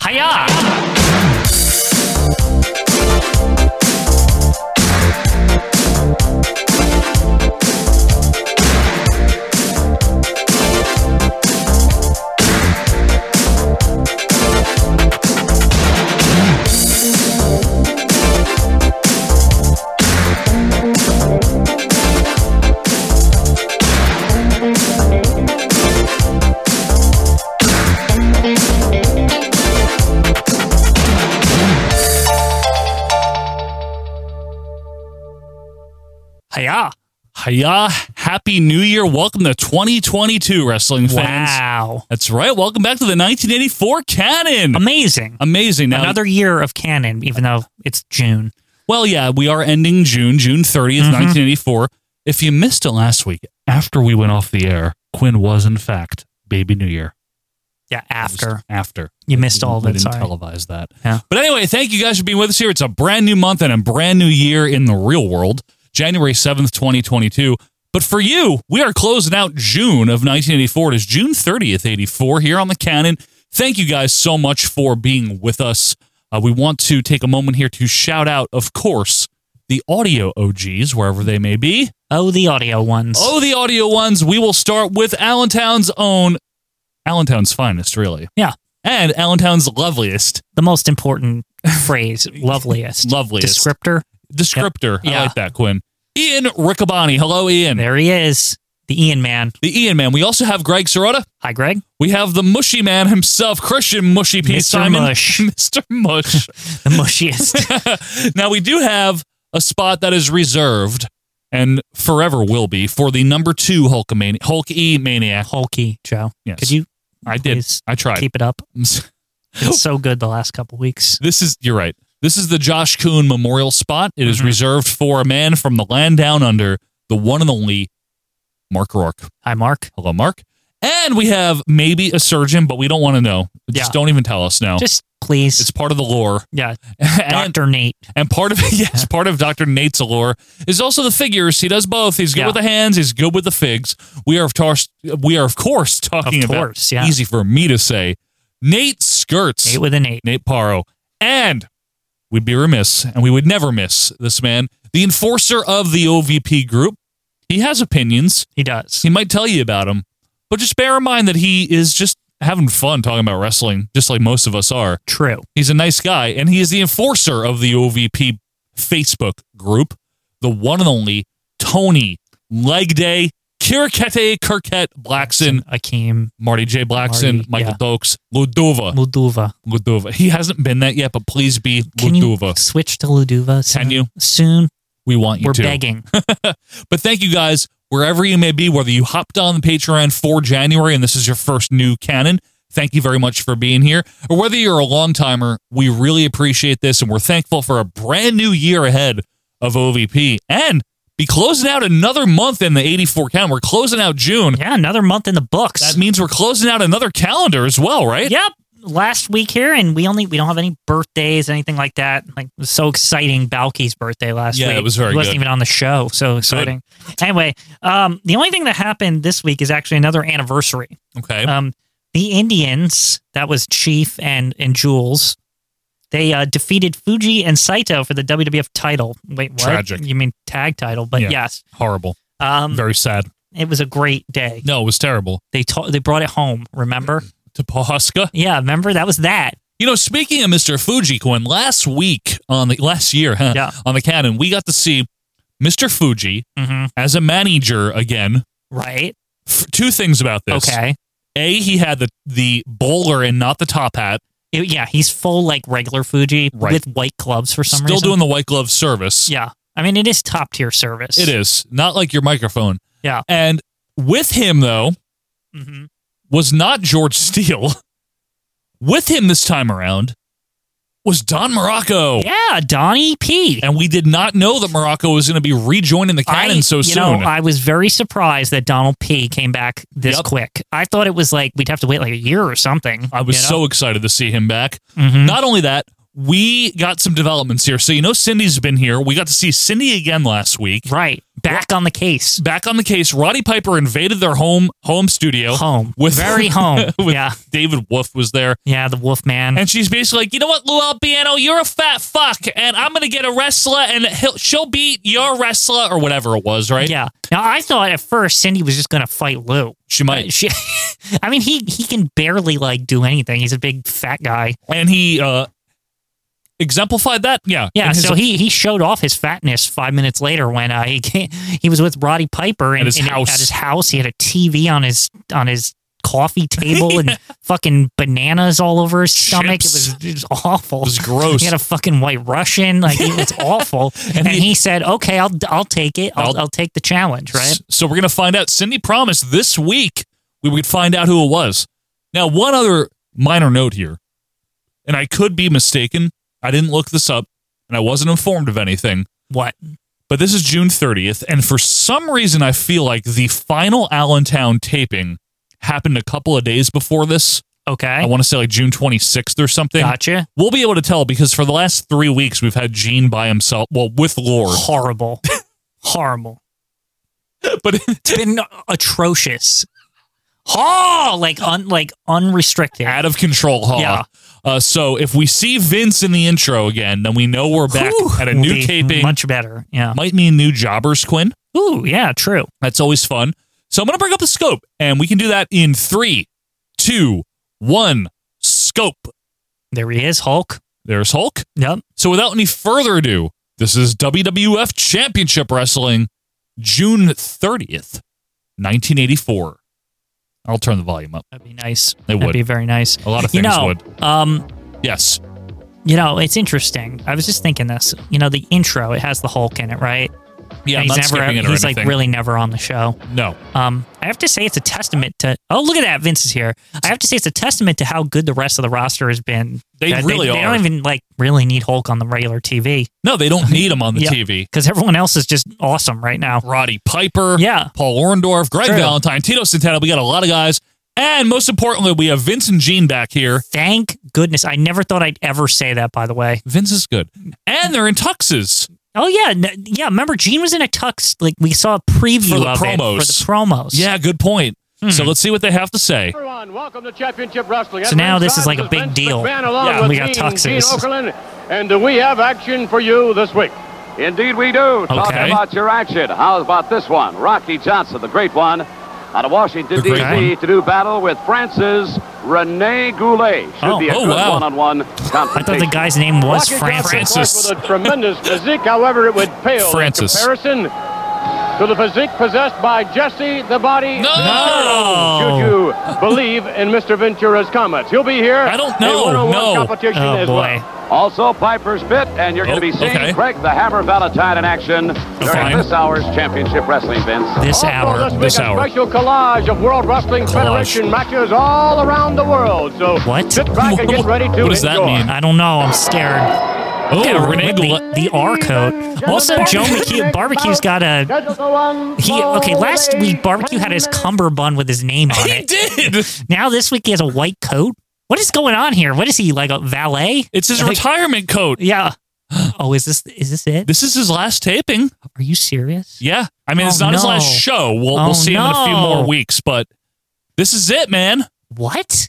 Hiya! Hiya! Hiya! Happy New Year! Welcome to 2022, wrestling fans. Wow. That's right. Welcome back to the 1984 canon. Amazing. Amazing. Now, Another year of canon, even though it's June. well, yeah, we are ending June, June 30th, Mm-hmm. 1984. If you missed it last week, after we went off the air, Quinn was in fact Baby New Year. Yeah, It was after. after. You missed all of we it, didn't sorry. televise that. Yeah. But anyway, thank you guys for being with us here. It's a brand new month and a brand new year in the real world, January 7th, 2022. But for you, we are closing out June of 1984. It is June 30th, 84 here on the Canon. Thank you guys so much for being with us. Uh, we want to take a moment here to shout out, of course, the audio OGs, wherever they may be. Oh, the audio ones. Oh, the audio ones. We will start with Allentown's own, Allentown's finest, really. Yeah. And Allentown's loveliest, The most important phrase, loveliest. Loveliest. Descriptor. descriptor. Yeah. I like that, Quinn. Ian Riccaboni. Hello, Ian. There he is. The Ian man. The Ian man. We also have Greg Sorota. Hi, Greg. We have the mushy man himself, Christian Mushy P. Mr. Simon. Mush. Mr. Mush. The mushiest. now, we do have a spot that is reserved and forever will be for the number two Hulkamani- Hulk E Maniac. Hulky, Joe. Yes. Could you I did. please I tried. keep it up? It's so good the last couple weeks. This is you're right. This is the Josh Kuhn Memorial Spot. It Mm-hmm. is reserved for a man from the land down under, the one and only Mark Rourke. Hi, Mark. Hello, Mark. And we have maybe a surgeon, but we don't want to know. Just Yeah. don't even tell us now. Just please. it's part of the lore. yeah. and, Dr. Nate. and part of yes, part of Dr. Nate's lore is also the figures. He does both. He's good Yeah. with the hands, he's good with the figs. We are of course we are of course talking Of about course, yeah. easy for me to say. Nate skirts. Nate with an eight. Nate Paro. And we'd be remiss, and we would never miss this man, the enforcer of the OVP group. He has opinions. He does. He might tell you about them, but just bear in mind that he is just having fun talking about wrestling, just like most of us are. True. He's a nice guy, and he is the enforcer of the OVP Facebook group, the one and only Tony Leg Day, Kirkete Kirkette Blackson, Akeem Marty J. Blackson, Marty, Michael yeah. Dokes, Ludova. Luduva. Ludova. He hasn't been that yet, but please be Can you Ludova. switch to Luduva soon? Can you? Soon. we want you We're to. begging. But thank you guys, wherever you may be, whether you hopped on the Patreon for January and this is your first new canon, thank you very much for being here. Or whether you're a long timer, we really appreciate this and we're thankful for a brand new year ahead of OVP and be closing out another month in the 84 count. We're closing out June. yeah, another month in the books. That means we're closing out another calendar as well, right? yep. Last week here, and we only we don't have any birthdays, anything like that. Like it was so exciting, Balky's birthday last Yeah, week. it was very He wasn't good. even on the show, so exciting. Anyway, um, the only thing that happened this week is actually another anniversary. Okay. Um, the Indians, that was Chief and and Jules, they uh, defeated Fuji and Saito for the WWF title. Wait, what? Tragic. You mean tag title? But Yeah. yes, Horrible. um, Very sad. it was a great day. No, it was terrible. They ta- they brought it home. Remember? To Pahuska. yeah, remember that was that. You know, speaking of Mr. Fuji, Quinn, last week on the last year huh, Yeah. on the canon, we got to see Mr. Fuji Mm-hmm. as a manager again. Right? F- two things about this: Okay. a he had the the bowler and not the top hat. It- yeah, he's full like regular Fuji Right. with white gloves for some Still reason. doing the white glove service. yeah, I mean it is top tier service. it is not like your microphone. Yeah. and with him though Mm-hmm. was not George Steele. with him this time around was Don Morocco. Yeah, Donnie P. And we did not know that Morocco was going to be rejoining the canon I, so you soon. Know, I was very surprised that Donald P came back this Yep. quick. I thought it was like we'd have to wait like a year or something. I was so excited to see him back. so Not only that, we got some developments here. So you know Cindy's been here. We got to see Cindy again last week. Right. Back on the case. Back on the case, Roddy Piper invaded their home home studio. Home. Very home. with Yeah. David Wolf was there. Yeah, the wolf man. And she's basically like, you know what, Lou Albano, you're a fat fuck, and I'm gonna get a wrestler, and he'll, she'll beat your wrestler or whatever it was, right? Yeah. Now I thought at first Cindy was just gonna fight Lou. Uh, She might. She, I mean, he he can barely like do anything. He's a big fat guy. And he uh exemplified that. Yeah. Yeah. Uh, In his- so he he showed off his fatness five minutes later when uh, he came, he was with Roddy Piper in, At his in- house. At his house, he had a TV on his on his coffee table and fucking bananas all over his stomach. Chips. It was it was awful. It was gross. He had a fucking white Russian. Like it was awful. and he- he, said, "Okay, I'll I'll take it. I'll, I'll- I'll, take the challenge." Right. S- So we're gonna find out. Cindy promised this week we would find out who it was. Now, one other minor note here, and I could be mistaken. I didn't look this up, and I wasn't informed of anything. What? But this is June 30th, and for some reason, I feel like the final Allentown taping happened a couple of days before this. I Okay. want to say like June 26th or something. Gotcha. We'll be able to tell because for the last three weeks, we've had Gene by himself, well, with Lord, Horrible. Horrible. but It's been atrocious. Oh, like un like unrestricted. out of control, huh? Yeah. Uh, so if we see Vince in the intro again, then we know we're back Whew. at a Will new be taping. Much better. Yeah. Might mean new jobbers, Quinn. Ooh, yeah, true. That's always fun. So I'm going to bring up the scope, and we can do that in three, two, one, scope. There he is, Hulk. There's Hulk. Yep. So without any further ado, this is WWF Championship Wrestling, June 30th, 1984. I'll turn the volume up. That'd be nice. It That'd would. be very nice. A lot of you things know, would. Um, Yes. you know, it's interesting. I was just thinking this. You know, the intro, it has the Hulk in it, right? Yeah, And I'm not he's never skipping it or he's anything. like really never on the show. no. Um, I have to say it's a testament to Oh, look at that, Vince is here. I have to say it's a testament to how good the rest of the roster has been. They That really they, They are. don't even like really need Hulk on the regular TV No, they don't need him on the Yeah. TV. because everyone else is just awesome right now. Roddy Piper, Yeah. Paul Orndorff, Greg True. Valentine, Tito Santana. We got a lot of guys. And most importantly, we have Vince and Gene back here. Thank goodness. I never thought I'd ever say that, by the way. Vince is good. And they're in tuxes. Oh yeah, n- yeah. Remember, Gene was in a tux. Like we saw a preview For the of it promos. for the promos. Hmm. Yeah, good point. So let's see what they have to say. Everyone, welcome to Championship Wrestling. So At now this ringside, is like a this big Vince deal. McMahon, along Yeah, with we got Gene- tuxes. Gene Okerlund, and we have action for you this week. Indeed, we do. Talk Okay. about your action. How about this one? Rocky Johnson, the great one, out of Washington, The great D.C., to do battle with Francis Rene Goulet. Should Oh, be a oh, good wow. one-on-one I thought confrontation. the guy's name was Rocky Johnson Francis. Francis. With a tremendous physique, however, it would pale Francis. in comparison to the physique possessed by Jesse the Body. No! Should you believe in Mr. Ventura's comments? He'll be here. I don't in know. 101 No. Competition Oh as boy. Well. Also, Piper's fit, and you're Oh, going to be seeing okay. Craig the Hammer Valentine in action during Fine. this hour's Championship Wrestling, Vince. This also, hour. This, week, this a hour. special collage of World Wrestling Collage. Federation matches all around the world. So What? sit back and get ready to What does that enjoy. mean? I don't know. I'm scared. Oh, Yeah, Renee with Goulet. the, the R code. Also, Joe McHugh, Barbecue's got a. He okay. Last week, Barbecue had his cummerbund with his name on He it. did. Now this week, he has a white coat. What is going on here? What is he like a valet? It's his Like- retirement coat. Yeah. Oh, is this is this it? This is his last taping. Are you serious? Yeah. I mean, it's Oh, not his last no. show. We'll, Oh, we'll see him in a few no. more weeks, but this is it, man. What?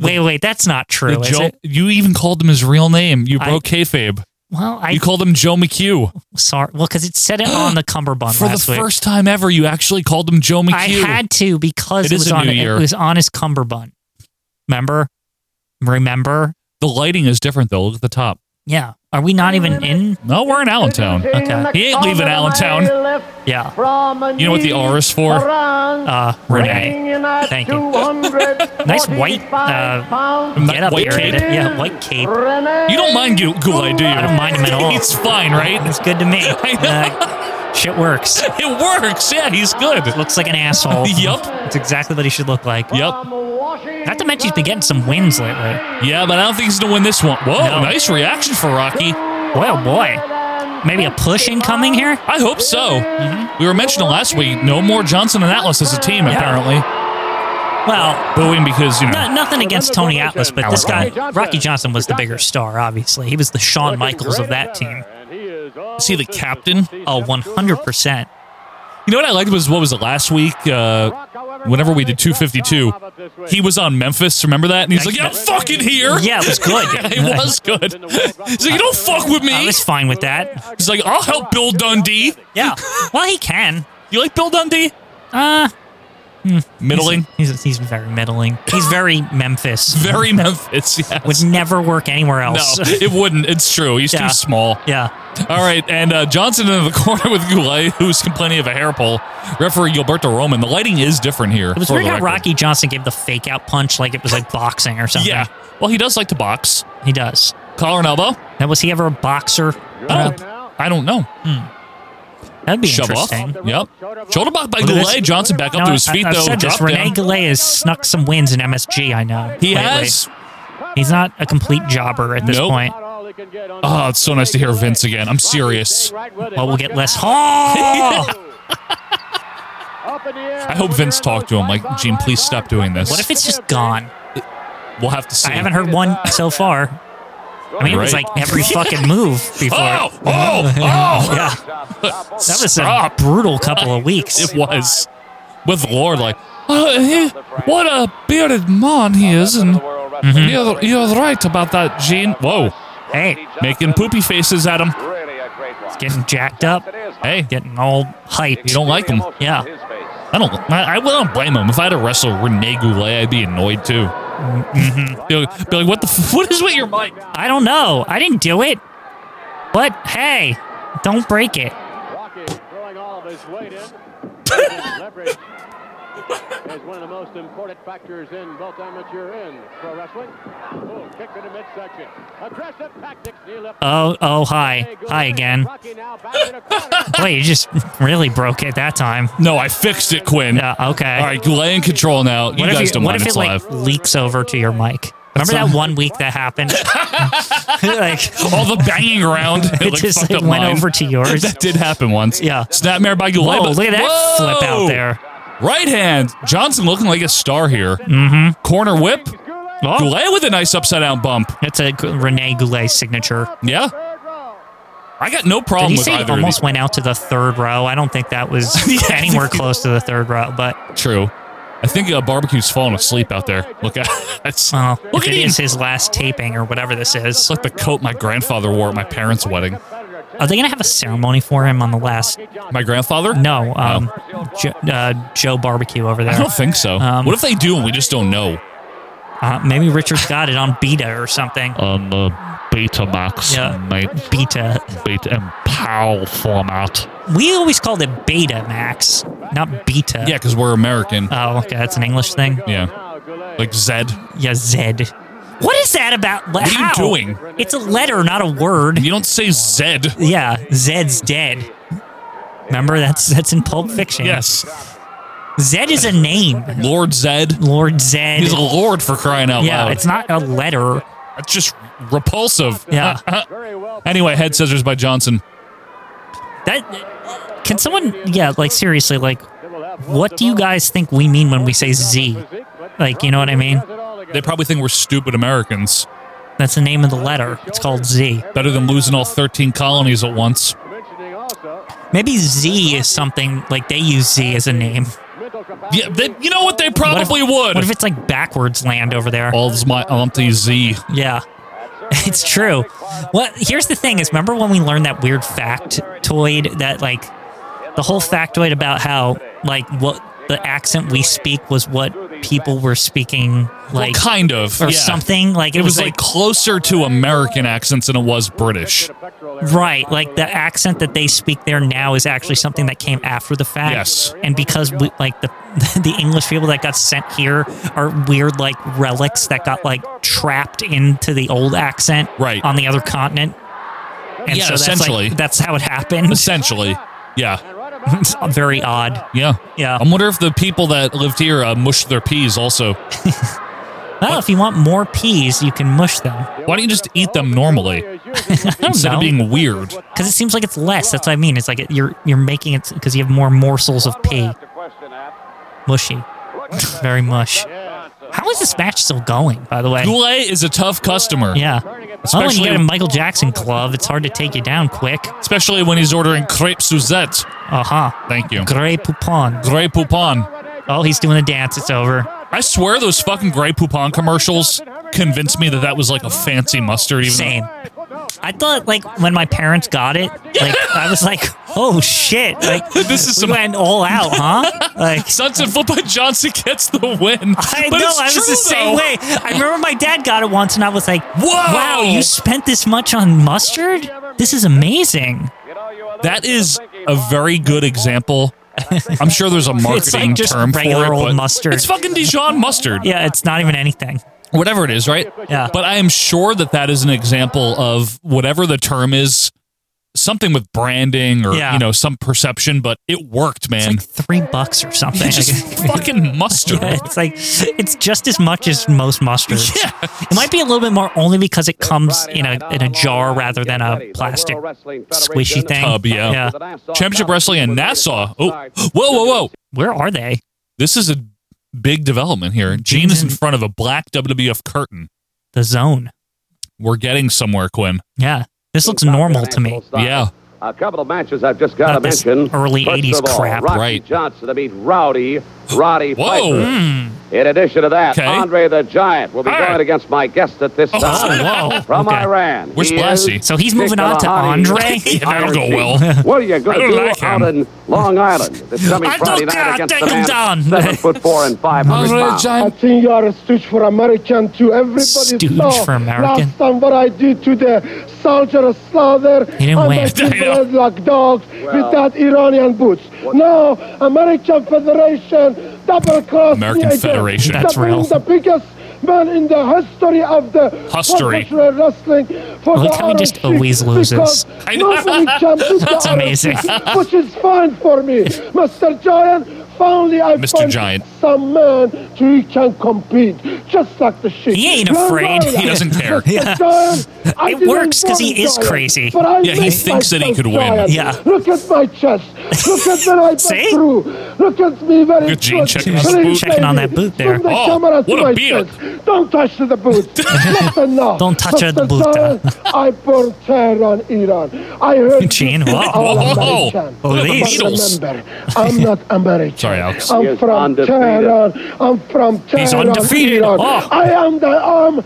Wait, wait. That's not The true. Is Joe- it? You even called him his real name. You I- broke kayfabe. Well, I You called him Joe McHugh. Sorry. Well, because it said it on the cummerbund For the last week. first time ever, you actually called him Joe McHugh. I had to because It it, is was a on new it year. was on his cummerbund. Remember? Remember? the lighting is different, though. Look at the top. Yeah. Are we not even in? No, we're in Allentown. Okay. He ain't leaving Allentown. Yeah. You know what the R is for? Uh, Renee. Thank Thank you. you. Nice white, uh, Get up White here. cape? Yeah, white cape. You don't mind Gu- Goulet, do you? I don't mind him at all. He's fine, right? It's good to me. know. Uh, shit works. It works. Yeah, he's good. Looks like an asshole. Yup. It's exactly what he should look like. Yep. Not to mention he's been getting some wins lately. Yeah, but I don't think he's gonna win this one. Whoa, No. nice reaction for Rocky. Boy, oh boy. Maybe a push incoming here? I hope so. We were mentioning last week, no more Johnson and Atlas as a team, apparently. Well, Booing because, you know, no, nothing against Tony Atlas, but this guy, Rocky Johnson, was the bigger star, obviously. He was the Shawn Michaels of that team. is he the captain? Oh, 100%. You know what I liked was what was it last week? Uh, whenever we did 252, he was on Memphis. Remember that? And he's like, "Yeah, I'm fucking here." Yeah, it was good. it was good. He's like, "You don't fuck with I me." was fine with that. He's like, "I'll help Bill Dundee." Yeah. Well, he can. You like Bill Dundee? Uh, Middling, He's, he's very middling. He's very Memphis. very Memphis. Yes. Would never work anywhere no, else. it wouldn't. It's true. He's Yeah. too small. yeah. All right, and uh, Johnson in the corner with Goulet, who's complaining of a hair pull. Referee Gilberto Roman. The lighting is different here. It was for weird the how record. Rocky Johnson gave the fake out punch like it was like boxing or something. Yeah. Well, he does like to box. He does. Collar and elbow. Now, was he ever a boxer? I don't. I don't know. That'd be Hmm. Shove off. interesting. Yep. Shoulder block by Look at Goulet. this. Johnson back up No, to his I- feet I've though. said this. Drop Rene down. Gallet has snuck some wins in MSG. I know. He lately. has. He's not a complete jobber at this Nope. point. Oh, it's so nice to hear Vince again. I'm serious. Well, we'll get less. Oh! I hope Vince talked to him like, Gene, please stop doing this. what if it's just gone? We'll have to see. I haven't heard one so far. I mean, it was Right. like every fucking move before. Oh! Oh! Oh! Yeah, that was Stop. a brutal couple of weeks. It was with the Lord, like, "Oh, he- what a bearded man he is, and you're, you're right about that, Gene. Whoa, Mm-hmm. Hey, making poopy faces at him. Really a great one. getting jacked up, Hey, getting all hyped. you don't like him. Yeah. I don't. I, I don't blame him. If I had to wrestle Rene Goulet, I'd be annoyed too. Mm-hmm. Be, like, be like, what the? F- what is with your mic? I don't know. I didn't do it. But hey, don't break it. Rocky throwing all of his weight in. His leverage is one of the most important factors in both amateur and pro wrestling. Boom, kick to the midsection. Aggressive tactics. knee lift. Oh, oh, hi, hi again. Rocky now back in a corner. Boy, you just really broke it that time. No, I fixed it, Quinn. Yeah, okay. All right, Goulet in control now. You What if, guys you- don't what mind if it's it live. like leaks over to your mic? Remember that one week that happened? like All the banging around. It, it like, just fucked like up went mine. over to yours. That did happen once. Yeah. Snapmare by Goulet. Whoa, but- look at that Whoa! flip out there. Right hand. Johnson looking like a star here. Mm-hmm. Corner whip. Oh, Goulet with a nice upside down bump. that's a G- Rene Goulet signature. Yeah. I got no Did problem he with say he either almost of went out to the third row? I don't think that was anywhere close to the third row, but these. True. I think uh, barbecue's falling asleep out there. Look at that's well, look if at it him. is his last taping or whatever this It's is. like the coat my grandfather wore at my parents' wedding. Are they going to have a ceremony for him on the last? My grandfather? No, um, jo- uh, Joe Barbecue over I there. don't think so. Um, what if they do and we just don't know? Uh, maybe Richard's got it on beta or something. on the Betamax Yeah. night Beta. beat and PAL format. We always called it Beta Max, not Beta. Yeah, because we're American. Oh, okay. That's an English thing. yeah. Like Zed. Yeah, Zed. What is that about? What are you doing? It's a letter, not a word. You don't say Zed. Yeah, Zed's dead. Remember that's that's in Pulp Fiction. Yes. Zed is a name. Lord Zed. Lord Zed. He's a lord for crying out yeah, loud. it's not a letter. That's just repulsive. Yeah. anyway, head scissors by Johnson. That can someone? Yeah, like seriously, like, what do you guys think we mean when we say Z? Like, you know what I mean? They probably think we're stupid Americans. That's the name of the letter. It's called Z. Better than losing all 13 colonies at once. Mentioning also Maybe Z is something like they use Z as a name. mental capacity. Yeah, they, you know what? They What if- probably would. What if it's like backwards land over there? All's my auntie Z. Yeah. It's true. What here's the thing is remember when we learned that weird factoid that like the whole factoid about how like what the accent we speak was what people were speaking well, like kind of. or yeah. something like it, It was like closer to American accents than it was British. right like the accent that they speak there now is actually something that came after the fact Yes. and because we like the the english people that got sent here are weird like relics that got like trapped into the old accent Right. on the other continent and Yeah, so that's, like, essentially. that's how it happened Essentially. Yeah. it's very odd Yeah. yeah I wonder if the people that lived here uh, mushed their peas also. well if you want more peas you can mush them Why don't you just eat them normally instead know. of being weird? because it seems like it's less that's what i mean it's like it, you're you're making it because you have more morsels of pea mushy very mush How is this match still going, by the way? Goulet is a tough customer. Yeah. oh, and you Especially- got a Michael Jackson glove. It's hard to take you down quick. Especially when he's ordering crepe Suzette. Uh huh. Thank you. Grey Poupon. Grey Poupon. Oh, he's doing the dance. It's over. I swear those fucking Grey Poupon commercials convinced me that that was like a fancy mustard. Even though- Same. I thought, like, when my parents got it, like, I was like, oh shit. Like, This is we some- went all out, huh? Like, Sunset Flip Johnson gets the win. I But know. it's I was true, the though. same way. I remember my dad got it once, and I was like, Whoa! wow, you spent this much on mustard? This is amazing." That is a very good example. I'm sure there's a marketing just term regular for it. old but mustard. It's fucking Dijon mustard. Yeah, it's not even anything. Whatever it is, right? Yeah. But I am sure that that is an example of whatever the term is, something with branding or Yeah. you know some perception. But it worked, It's man. like three bucks or something. It's just fucking mustard. Yeah, it's like it's just as much as most mustards. Yeah. It might be a little bit more only because it comes in a in a jar rather than a plastic squishy thing. Tub, yeah. Championship Wrestling in Nassau. Oh, whoa, whoa, whoa! Where are they? This is a big development here. Gene is in in- front of a black WWF curtain. The zone. We're getting somewhere, Quinn. Yeah. This looks normal to me. Yeah. A couple of matches I've just got Not to this mention. early First 80s of all, crap. Rocky Right. Johnson to beat Rowdy Roddy Whoa. Piper. Hmm. In addition to that, Okay. Andre the Giant will be All going right. against my guest at this time Oh, whoa. from Okay. Iran. Where's He Blassie? is So he's moving on to Nikolai Andre? Yeah, that'll go Ironside. well. What are you going I to don't do like out him. in Long Island this coming I don't Friday care, night against take the him man down. seven foot four and five hundred pounds? I think you are a stooge for American too. Everybody Stooge saw for American? last time what I did to the soldier slaughter. He didn't and win. I I know. treated like dogs with that Iranian boots. Now American Federation double cross American me again. Federation. That's That real. being The biggest man in the history of the History. professional wrestling for Look the how he just ROC, always loses. because I know. nobody can beat the That's ROC, amazing. Which is fine for me, Mr. Giant. Finally, I Mr. found Giant. some man who can compete, just like the shit. He ain't afraid. He doesn't care. Yeah. It works 'cause he is crazy. Yeah, he thinks that he could win. Yeah. Look at my chest. Look at when I went See? through. Look at me very Good Gene good. checking on Please, his boot. Checking on that baby, boot there. bring the Oh, camera to what a my beard. chest. Don't touch the boot. Not enough. Don't touch Mr. the boot. Giant, Oh, I burn terror on Iran. I heard Gene, you wow. all Whoa. American. Oh, But these. remember, I'm not American. Sorry, Alex. I'm He is from undefeated. Tehran. I'm from Tehran. He's undefeated. Iran. Oh. I am the arm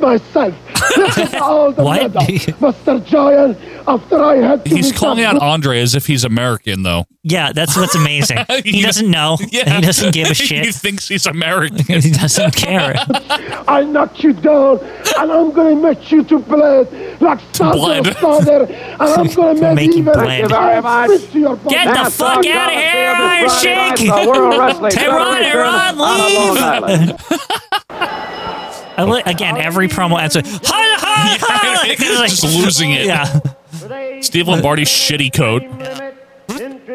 myself. Look at all the What? medals. Mr. Giant, after I had to He's become calling out Andre as if he's American, though. Yeah, that's what's amazing. He Yeah. doesn't know. He doesn't give a he shit. thinks he's American. He doesn't care. I knock you down, and I'm gonna make you to blood like blood. Sander Sander, and I'm Make gonna make you even bled. Thank you very much. spit to your body. Get the Now, fuck Tom out Johnson of here, this Iron Friday night, Shake! the World Wrestling Hey, Ron, Federation Ron, out of Long Island. leave! I li- again, every promo ends with "Hi, hi, hi!" Like, it's like- Just losing it. Yeah. Steve Lombardi's shitty coat.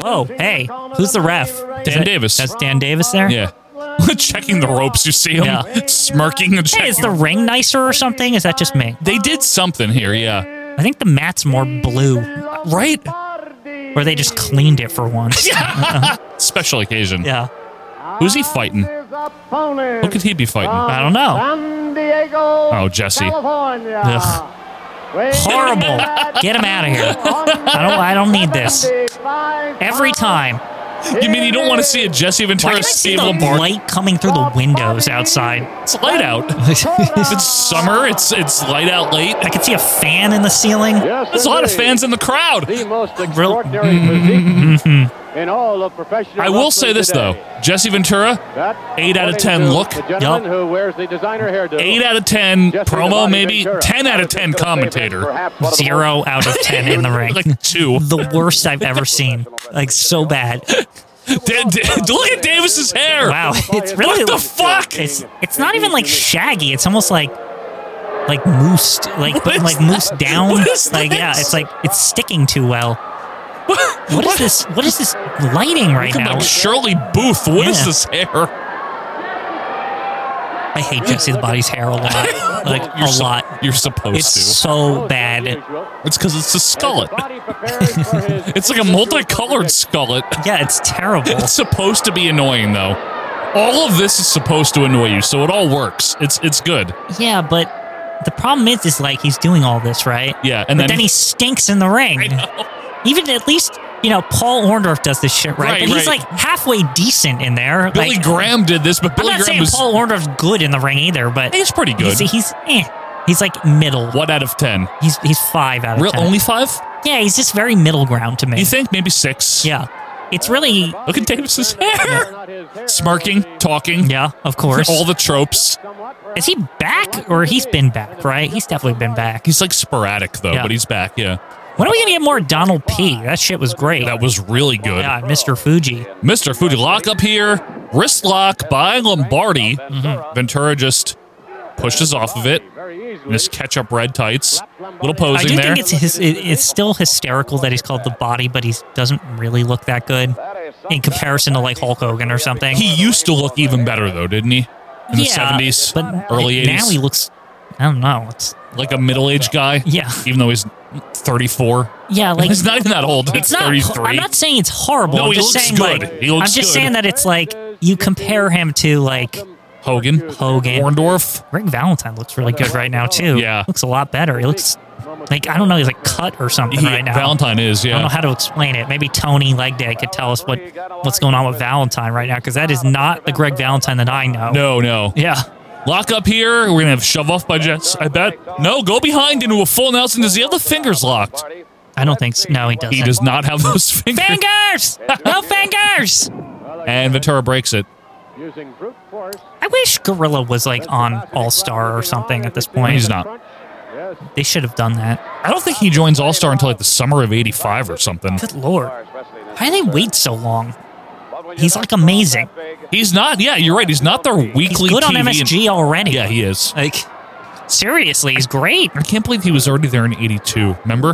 Oh, hey, who's the ref? Is that- Davis. That's Dan Davis there. Yeah. Checking the ropes, you see him Yeah. smirking and Hey, checking. is the ring nicer or something? Is that just me? they did something here, yeah. I think the mat's more blue, Right? or they just cleaned it for once. Special occasion. yeah. Who's he fighting? Who could he be fighting? I don't know. San Diego, Oh, Jesse. California. Ugh. Horrible. Get him out of here. I don't. I don't need this. Every time. You mean you don't want to see a Jesse Why Ventura, can I see Steve the Lombardi? light coming through the windows outside? It's light out. it's summer. It's it's light out late. I could see a fan in the ceiling. Yes, There's a lot of indeed. fans in the crowd. Mm-hmm. The most extraordinary physique in all of professional I will wrestling say this today. though, Jesse Ventura, That, Eight out of according 10 to look. The gentleman Yup. who wears the designer hairdo. eight out of ten Jesse promo, Navani maybe Ventura. ten out of ten commentator, Perhaps one of the most- Zero out of ten in the ring. like two. The worst I've ever seen. Like so bad. Da- da- look at Davis's hair. Wow, it's really What the fuck? It's it's not even like shaggy. It's almost like like moosed, like but like moosed down. What is like yeah, this? it's like it's sticking too well. What is this? What is this lighting right now? Like Shirley Booth. What is Yeah. this hair? I hate Jesse the Body's hair a lot. Like You're a su- lot. You're supposed It's to. so bad. It's because it's a skullet. It's like a multicolored skullet. Yeah, it's terrible. It's supposed to be annoying though. all of this is supposed to annoy you, so it all works. It's it's good. Yeah, but the problem is, is like he's doing all this right. Yeah, and and then then, he stinks in the ring. Even at least you know Paul Orndorff does this shit right, Right, but he's right. like halfway decent in there. Billy like, Graham did this, but I'm Billy not Graham saying was Paul Orndorff's good in the ring either, but he's pretty good. he's he's, eh. he's like middle. One out of ten. He's he's five out of Real, ten. only five? yeah, he's just very middle ground to me. You think maybe six? yeah, it's really Look at Davis's hair. Smirking, talking. yeah, of course. All the tropes. is he back or he's been back? Right, he's definitely been back. He's like sporadic though, Yeah. but he's back. Yeah, When are we gonna get more Donald P? That shit was great. that was really good. yeah, Mr. Uh, Fuji. Mr. Fuji lock up here. Wrist lock by Lombardi. Mm-hmm. Ventura just pushes off of it. In his ketchup red tights. Little I posing do there. think it's his, it, it's still hysterical that he's called the body, but he doesn't really look that good in comparison to like Hulk Hogan or something. He used to look even better though, didn't he? In the Yeah, seventies, but early it- Now he eighties, looks. I don't know. It's like a middle-aged guy. Yeah. even though he's thirty-four. yeah, like he's not even that old. It's It's not. thirty-three. I'm not saying it's horrible. No, I'm he just looks saying good. like He looks I'm just good. saying that it's like you compare him to like Hogan, Hogan. Orndorff. Rick Valentine looks really good right now too. Yeah. looks a lot better. He looks like I don't know. He's like cut or something He- right now. Valentine is I don't know yeah. how to explain it. Maybe Tony Legday could tell us what what's going on with Valentine right now because that is not the Greg Valentine that I know. No, Oh, no. Yeah. Lock up here. We're gonna have shove off by Jets. I bet. No, go behind into a full Nelson. Does he have the fingers locked? I don't think so. No, he doesn't. He does not have those fingers. Fingers! no fingers! And Ventura breaks it. Using brute force. I wish Gorilla was like on All Star or something at this point. He's not. Yes. They should have done that. I don't think he joins All Star until like the summer of '85 or something. Good lord. Why do they wait so long? He's like amazing. He's not. Yeah, you're right. He's not their He's weekly. good on TV and- MSG already. yeah, he is. Like, seriously, he's great. I can't believe he was already there in 82. Remember?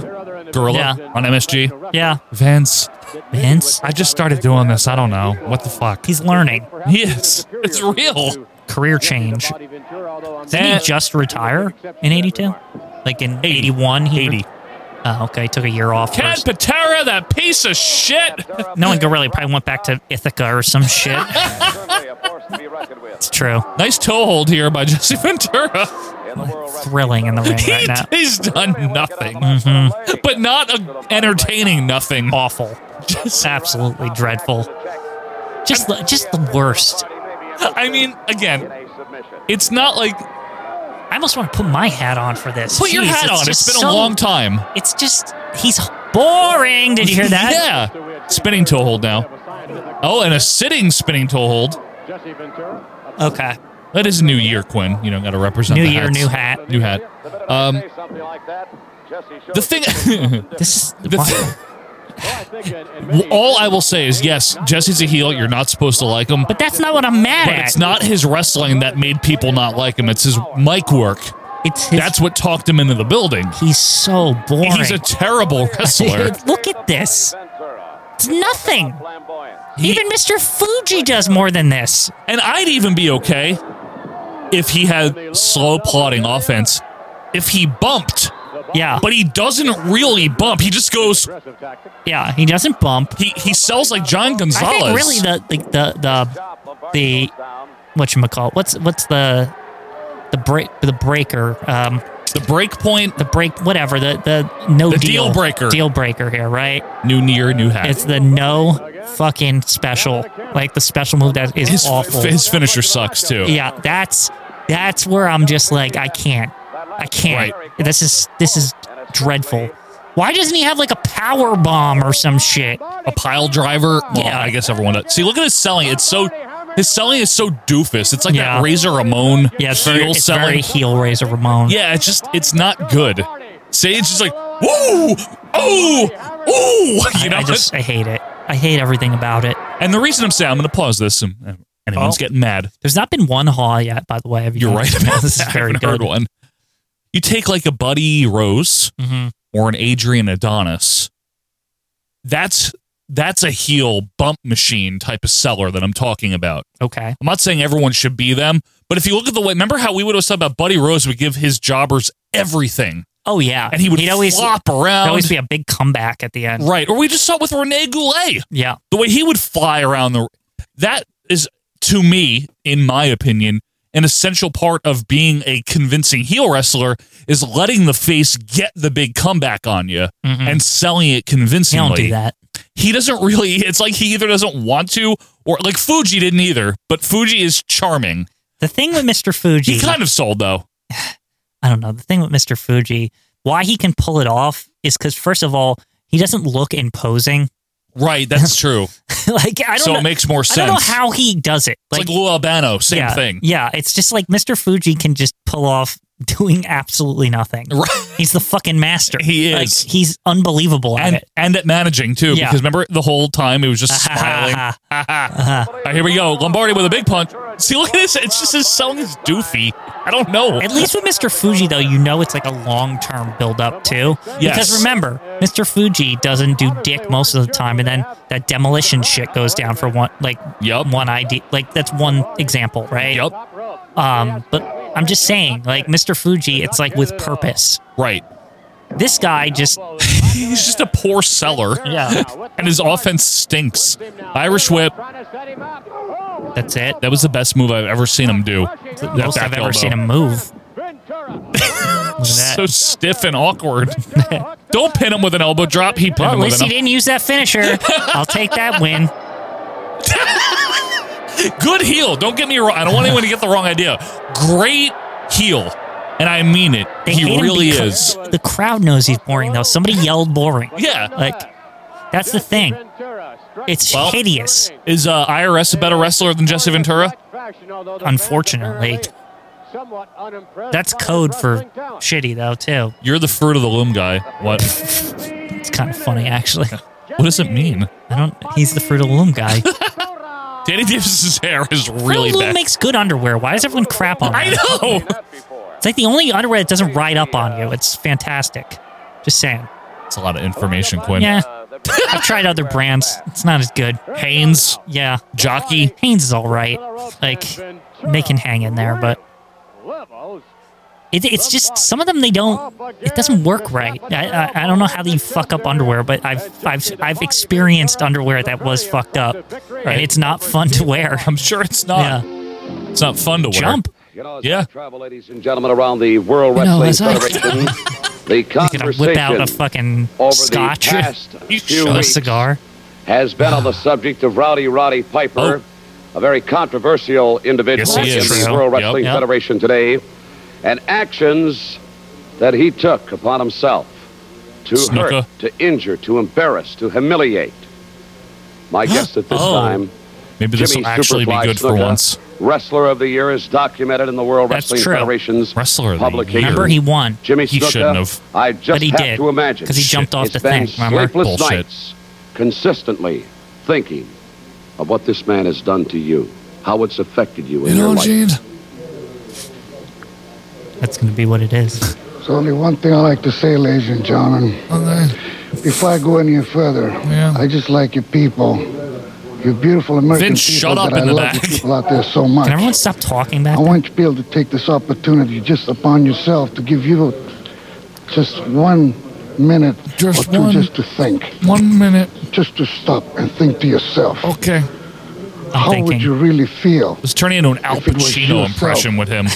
Gorilla Yeah. on MSG. Yeah. Vince, Vince, I just started doing this. I don't know. What the fuck? he's learning. He is. It's real. Career change. Didn't Eh. he just retire in 82? Like in 81? He 80. oh, okay. Took a year off. Ted first. Patera, that piece of shit. No one really probably went back to Ithaca or some shit. It's true. Nice toe hold here by Jesse Ventura. Thrilling in the ring He- right now. he's done nothing, Mm-hmm. but not a entertaining nothing. Awful. Just absolutely dreadful. Just the, just the worst. I mean, again, it's not like I almost want to put my hat on for this. put your Jeez, hat on. It's just been so- a long time. It's just he's boring. Did you hear that? yeah. Spinning toe hold now. Oh, and a sitting spinning toe hold. Jesse Ventura. Okay. That is new year, Quinn. You know, got to represent. New the year, hats. new hat. New hat. Um, the thing, This is the why- thi- all I will say is, yes, Jesse's a heel. You're not supposed to like him, But that's not what I'm mad but at. it's not his wrestling that made people not like him. It's his mic work. It's his, That's what talked him into the building. he's so boring. He's a terrible wrestler. Dude, look at this. It's nothing. Even Mr. Fuji does more than this. And I'd even be okay if he had slow plodding offense. If he bumped, Yeah. but he doesn't really bump. He just goes. Yeah, he doesn't bump. He he sells like John I Gonzalez. think really the like the the the what you call what's what's the the break the breaker um the break point, the break whatever the the no The deal, deal breaker. deal breaker here right new near, new hat. it's the no fucking special like the special move that is his, awful his finisher sucks too. yeah that's that's where I'm just like I can't I can't Right. this is this is dreadful why doesn't he have like a power bomb or some shit A pile driver. Well, Yeah. I guess everyone does. See, look at his selling. It's so his selling is so doofus. It's like Yeah. that Razor Ramon yeah it's heel very, it's selling. very heel razor Ramon Yeah, it's just it's not good. Sage is just like, whoa, oh, oh, you know. I, I just I hate it. I hate everything about it. and the reason I'm saying I'm going to pause this, and and anyone's Oh. getting mad. There's not been one haw yet, by the way. Have you You're noticed? right about this is that. I very haven't heard good. one. You take like a Buddy Rose Mhm. or an Adrian Adonis. That's that's a heel bump machine type of seller that I'm talking about. Okay. I'm not saying everyone should be them, but if you look at the way, remember how we would have said about Buddy Rose would give his jobbers everything, Oh yeah. and he would He'd always flop around. there'd always be a big comeback at the end. Right. Or we just saw it with Rene Goulet. Yeah. The way he would fly around the that is to me, in my opinion, an essential part of being a convincing heel wrestler is letting the face get the big comeback on you and selling it You convincingly Mm-hmm. don't do that. he doesn't really it's like he either doesn't want to or like Fuji didn't either, but Fuji is charming. The thing with Mr. Fuji, He kind of sold though. I don't know. The thing with Mr. Fuji, why he can pull it off is because first of all, he doesn't look imposing. Right, that's true. like I don't. So know, it makes more sense. I don't know how he does it. it's like Lou Albano, same yeah, thing. Yeah, it's just like Mr. Fuji can just pull off doing absolutely nothing. Right. He's the fucking master. He Like, is. he's unbelievable at And it. and at managing too, Yeah. because remember the whole time he was just smiling. Ah, All right, here we go. Lombardi with a big punch. See, look at this. It's just his selling is doofy. I don't know. At least with Mr. Fuji, though, you know it's like a long term build up too. Yes. Because remember, Mr. Fuji doesn't do dick most of the time, and then that demolition shit goes down for one, like Yup. one ID. Like that's one example, right? Yup. Um, but I'm just saying, like Mr. Fuji, it's like with purpose. Right. This guy just He's just a poor seller. Yeah. And his offense stinks. Irish whip. that's it. That was the best move I've ever seen him do. That's the That most back I've ever elbow. seen him move. Look at Just that. so stiff and awkward. Don't pin him with an elbow drop. He pinned well, at him least with he an elbow. didn't use that finisher. I'll take that win. Good heel. Don't get me wrong. I don't want anyone to get the wrong idea. Great heel. And I mean it. They hate he him really because is. The crowd knows he's boring, though. Somebody yelled boring. Yeah. Like, that's the thing. It's Well- hideous. Is uh, IRS a better wrestler than Jesse Ventura? Unfortunately. That's code for shitty, though, too. You're the fruit of the loom guy. What? It's kind of funny, actually. What does it mean? I don't. He's the Fruit of the Loom guy. Danny Davis's hair is Fruit really of the Loom bad. makes good underwear. Why does everyone crap on I it? know. It's like the only underwear that doesn't ride up on you. It's fantastic. Just saying. It's a lot of information, Quinn. Yeah. I've tried other brands. It's not as good. Haynes, Yeah. Jockey. Haynes is all right. Like, they can hang in there, but It, it's just some of them they don't. It doesn't work right. I, I, I don't know how you fuck up underwear, but I've I've I've experienced underwear that was fucked up, and it's not fun to wear. I'm sure it's not. Yeah, It's not fun to wear. jump. You know, as Yeah. we travel, ladies and gentlemen, around the World know, Wrestling as I- Federation, the You're gonna conversation whip out a fucking over scotch the or past You few shut a weeks cigar. has been on the subject of Rowdy Roddy Piper, a very controversial individual Yes, he in is. the True. World Yep. Wrestling Yep. Federation today, and actions that he took upon himself to Snooker. hurt, to injure, to embarrass, to humiliate. My guest at this Oh. time Maybe this will Jimmy actually be Superfly good for Snuka, once. Wrestler of the Year is documented in the World That's Wrestling true. Federation's Wrestler of the publication. Year. Remember, he won. Jimmy He Snuka, shouldn't have. I just But he have did, to imagine 'cause he jumped off It's the been thing, remember? sleepless Bullshit. nights, consistently thinking of what this man has done to you, how it's affected you in your life. That's gonna be what it is. There's only one thing I like to say, ladies and gentlemen. Before I go any further, I just like you people, you beautiful American Vince, people shut up that in I the love you back. people out there so much. Can everyone stop talking back? I want you to be able to take this opportunity just upon yourself to give you just one minute Just or two one- just to think, One minute. just to stop and think to yourself. Okay. I'm How would thinking. you really feel It's turning into an Al If it was Pacino yourself. impression with him.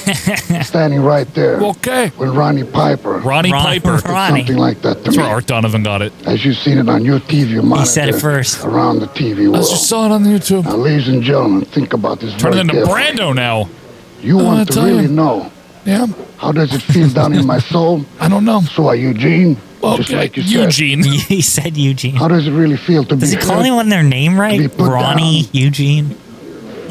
standing right there Okay. when Ronnie Piper Ronnie Ron- Piper. Ronnie. something like that to That's me, where Art Donovan got it. as you've seen it on your TV monitor. said it first. Around the TV I world. just saw it on YouTube. Now, ladies and gentlemen, think about this. Turning very into carefully. Brando now. You I want to tell really you. know Yeah. how does it feel down in my soul? I don't know. So are you, Gene? Just Okay. like you said. Eugene. he said Eugene. How does it really feel to Does be he call hurt? anyone their name right? Be put Ronnie down. Eugene.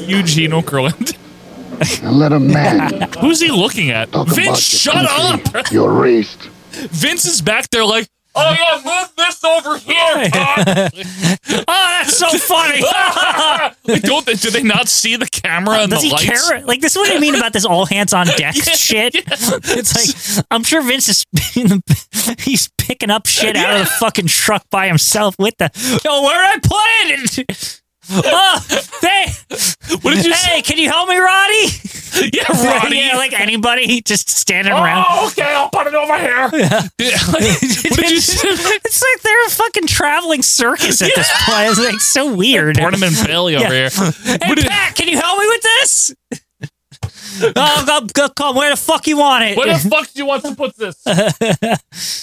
Eugene Okerlund. and let a man Who's he looking at? talk Vince, about shut your up! country, your race? Vince is back there like, oh yeah, move this over here. Ah. Oh, that's so funny. Like, don't they, do they not see the camera and Does the he lights? care? Like this is what I mean about this all hands on deck shit. It's like I'm sure Vince is in the, he's picking up shit out of the fucking truck by himself with the yo where I put it. Oh, hey, What did you say? hey, can you help me, Roddy? Yeah, Roddy. yeah, like anybody just standing around. Oh, okay, I'll put it over here. what did you say? It's like they're a fucking traveling circus at this point. It's like so weird. Ornament Bailey over Yeah. here. Hey, What did- Pat, can you help me with this? oh, go, go, come. Where the fuck you want it? Where the fuck do you want to put this?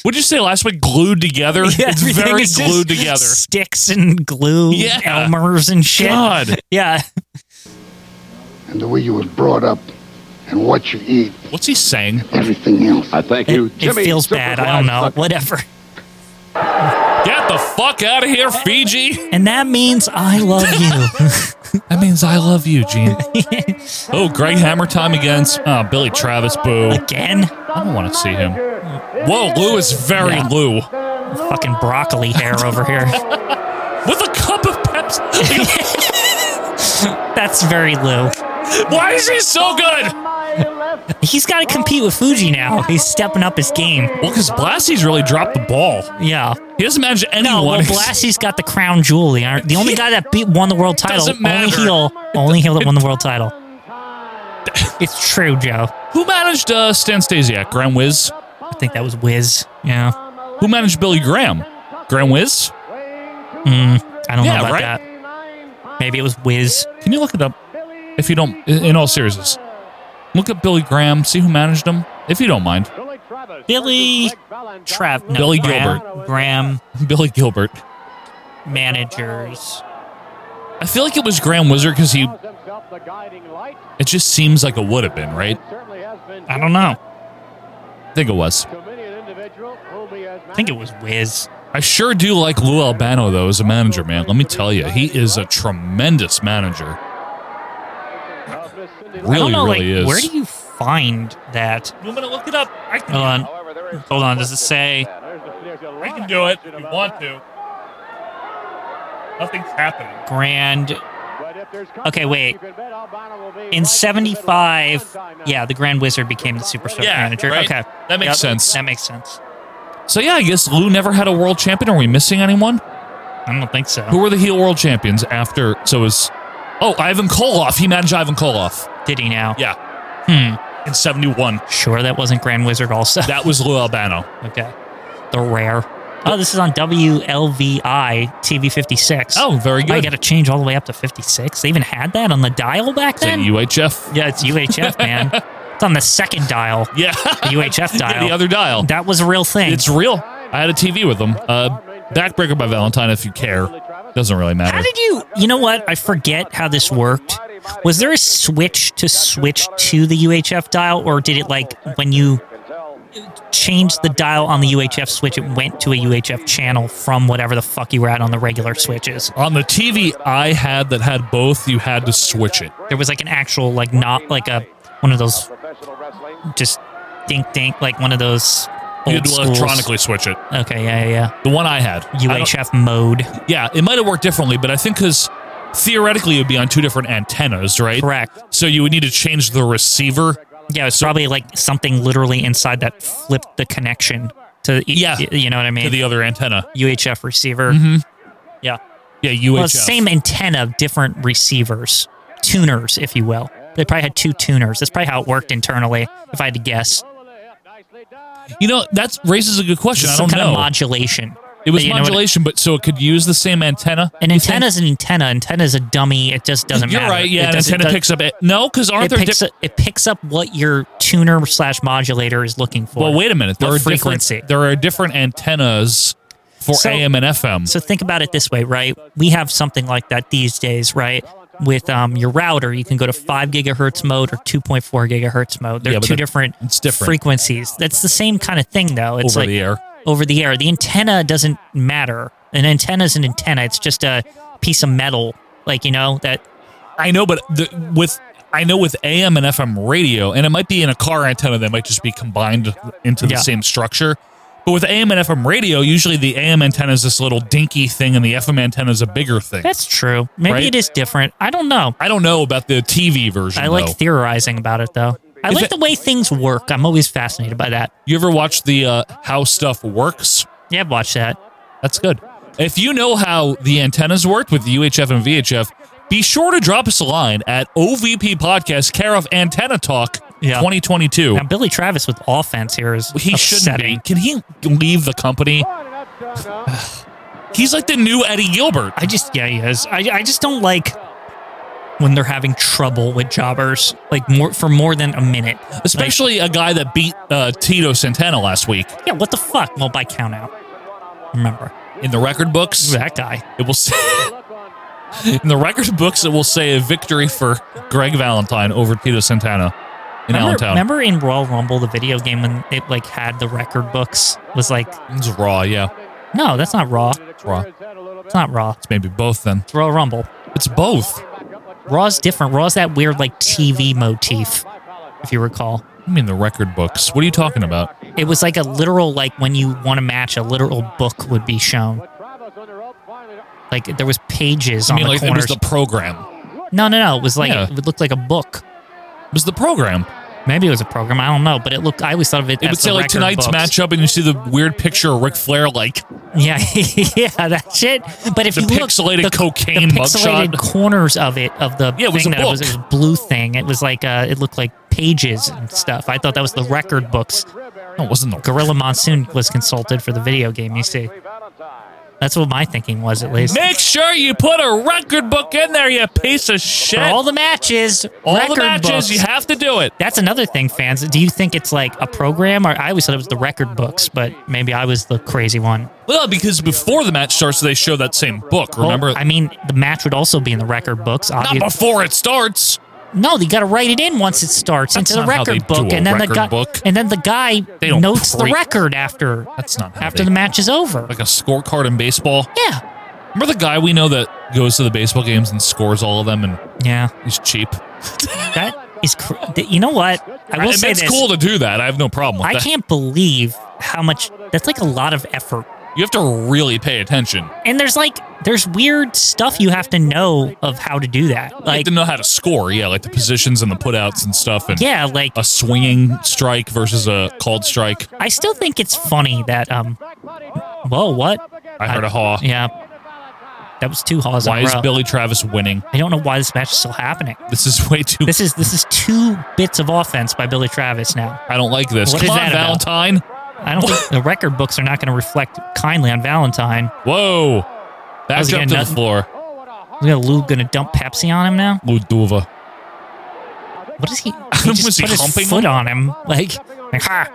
What'd you say last week? Glued together? Yeah, it's everything very is just glued together. Sticks and glue, Yeah. Elmers and shit. God. Yeah, and the way you was brought up, and what you eat, What's he saying? everything else. I thank it, you, it Jimmy. feels Super bad. I don't know. Glad- Whatever. Get the fuck out of here, Fiji. And that means I love you. That means I love you, Gene. oh, Greg Hammer time against uh, Billy Travis. Boo. Again, I don't want to see him. Whoa, Oh, Lou is very Yeah. Lou. fucking broccoli hair over here. With a cup of Pepsi. That's very Lou. Why is he so good? He's got to compete with Fuji now. He's stepping up his game. Well, because Blassie's really dropped the ball. Yeah. He doesn't manage No, anyone. well, Blassie's got the crown jewel. The the only guy that beat won the world title. Doesn't Only matter. heel. Only heel that won the world title. It's true, Joe. Who managed uh, Stan Stasiak? Graham Wiz? I think that was Wiz. Yeah. Who managed Billy Graham? Graham Wiz? Hmm, Mm, I don't Yeah, know about right? that. Maybe it was Wiz. Can you look it up? If you don't, in in all seriousness, look up Billy Graham. See who managed him, if you don't mind. Billy Trav. No, Billy Graham- Graham Billy Gilbert. managers. I feel like it was Graham Wizard because he. Calls himself the guiding light. It just seems like it would have been right. Certainly has been I don't know. I think it was. to many an individual whom he has I think it was Wiz. I sure do like Lou Albano though as a manager, man. Let me tell you, he is a tremendous manager. managed. Of Miss Cindy I don't Really, know, really like, is. Where do you find that? I'm gonna look it up. I Hold on. Hold on. Does it say? There's the- there's a lot I can of do it question if you about want that. to. Nothing's happening. Grand But if there's Okay, wait. you can bet Albano will be right in in the '75. middle of the Yeah, the Grand Wizard became the Superstar Yeah, manager. right? Okay, That makes Yep, sense. That makes sense. So yeah, I guess Lou never had a world champion. Are we missing anyone? I don't think so. Who were the heel world champions after? So is oh Ivan Koloff. He managed Ivan Koloff. Did he now? Yeah, Hmm. in '71. Sure, that wasn't Grand Wizard. Also, That was Lou Albano. okay. The rare. Oh, this is on WLVI TV 56. Oh, very good. I got to change all the way up to 56. They even had that on the dial back Is that then. UHF. yeah, it's UHF, man. It's on the second dial, Yeah, the UHF Yeah, dial. the other dial. that was a real thing. It's real. I had a TV with them. Uh, Backbreaker by Valentine. If you care, doesn't really matter. How did you? You know what? I forget how this worked. Was there a switch to switch to the UHF dial, or did it like when you changed the dial on the UHF switch, it went to a UHF channel from whatever the fuck you were at on the regular switches? on the TV I had that had both, you had to switch it. There was like an actual like not like a one of those just dink dink like one of those old You'd schools. electronically switch it. Okay, yeah, yeah, The one I had. I yeah. don't- UHF mode, Yeah, it might have worked differently, but I think because theoretically it would be on two different antennas, right? correct. So you would need to change the receiver. Yeah, it's probably like something literally inside that flipped the connection to e, Yeah. you know what I mean. To the other antenna. Mm-hmm. UHF receiver. Yeah. Yeah, UHF. Well, same antenna, different receivers, tuners, if you will. They probably had two tuners. That's probably how it worked internally, if I had to guess. You know, that raises a good question. I Some don't kind know. of modulation. it was You know what- modulation, but so it could use the same antenna. An You think- antenna is an antenna. Antenna is a dummy. It just doesn't You're matter. right. Yeah, it an does- it antenna does- picks up. It, no, because aren't It there picks, different? up, it picks up what your tuner slash modulator is looking for. Well, wait a minute. There What are frequency. different. There are different antennas for So- AM and FM. So think about it this way, right? We have something like that these days, right? With um, your router, you can go to five gigahertz mode or two point four gigahertz mode. They're Yeah, but two that- different, it's different. frequencies. That's the same kind of thing, though. It's Over like the air. Over the air. The antenna doesn't matter. An antenna is an antenna. It's just a piece of metal, like you know that. I know, but the, with I know with AM and FM radio, and it might be in a car antenna that might just be combined into the Yeah. same structure. But with AM and FM radio, usually the AM antenna is this little dinky thing, and the FM antenna is a bigger thing. That's true. Maybe Right? it is different. I don't know. I don't know about the TV version. I like though. theorizing about it, though. I Is like it- the way things work. I'm always fascinated by that. you ever watch the uh, How Stuff Works? Yeah, I've watched that. That's good. If you know how the antennas worked with UHF and VHF, be sure to drop us a line at OVP Podcast, care of Antenna Talk Yeah. 2022. Now, Billy Travis with offense here is He shouldn't upsetting. be. Can he leave the company? He's like the new Eddie Gilbert. I just yeah, he is. I I just don't like when they're having trouble with jobbers like more for more than a minute. Especially a guy that beat uh, Tito Santana last week Like, yeah, what the fuck? Well, by count out. Remember in the record books. that guy? It will say in the record books. It will say a victory for Greg Valentine over Tito Santana in remember, Allentown. remember in Royal Rumble the video game when it like had the record books was like It's raw, yeah. no, that's not Raw. It's raw. It's not Raw. It's maybe both then. It's Royal Rumble. It's both. Raw's different. Raw's that weird like TV motif, if you recall. I mean the record books. What are you talking about? It was like a literal like when you want to match a literal book would be shown. Like there was pages I on mean the like it was corners. the program. no, no, no. It was like Yeah. it looked like a book. It was the program. Maybe it was a program. I don't know, but it looked. I always thought of it. It as would the say like record tonight's books. matchup, and you see the weird picture of Ric Flair like Yeah, yeah, that shit. But if The you look, pixelated cocaine the pixelated mugshot. corners of it of the Yeah, it was thing a that was, book. it was a blue thing. It was like uh, it looked like pages and stuff. I thought that was the record books. No, it wasn't the Gorilla Monsoon was consulted for the video game. You see, that's what my thinking was at least. Make sure you put a record book in there, you piece of shit. For all the matches, All the record matches, books. you have to do it. That's another thing, fans. Do you think it's like a program, or I always thought it was the record books, but maybe I was the crazy one. Well, because before the match starts, they show that same book. Well, Remember, I mean, the match would also be in the record books. not Obviously, before it starts. no, they got to write it in once it starts That's into the not how record they do book, a and then the record guy, book. and then the guy don't notes pre- the record after. That's not how after they- the match is over. Like a scorecard in baseball. yeah, Remember the guy we know that goes to the baseball games and scores all of them, and yeah, he's cheap. that is. Cr- th- you know what? I will And say that's this. cool to do that. I have no problem with I that. can't believe how much. That's like a lot of effort. You have to really pay attention. And there's like there's weird stuff you have to know of how to do that. Like, Like to know how to score, yeah, like the positions and the putouts and stuff, and yeah, like a swinging strike versus a called strike. I still think it's funny that um. Whoa, what? I heard a haw. Yeah, that was two haws. Why in a is row. Billy Travis winning? I don't know why this match is still happening. This is way too. This is this is two bits of offense by Billy Travis now. I don't like this. What Come is on, that about? Valentine. I don't think the record books are not going to reflect kindly on Valentine. Whoa. Back How's he up to getting the nothing? floor. Is Lou going to dump Pepsi on him now? Ludova. What is he? He Was just he put humping his foot on him, like, like ha.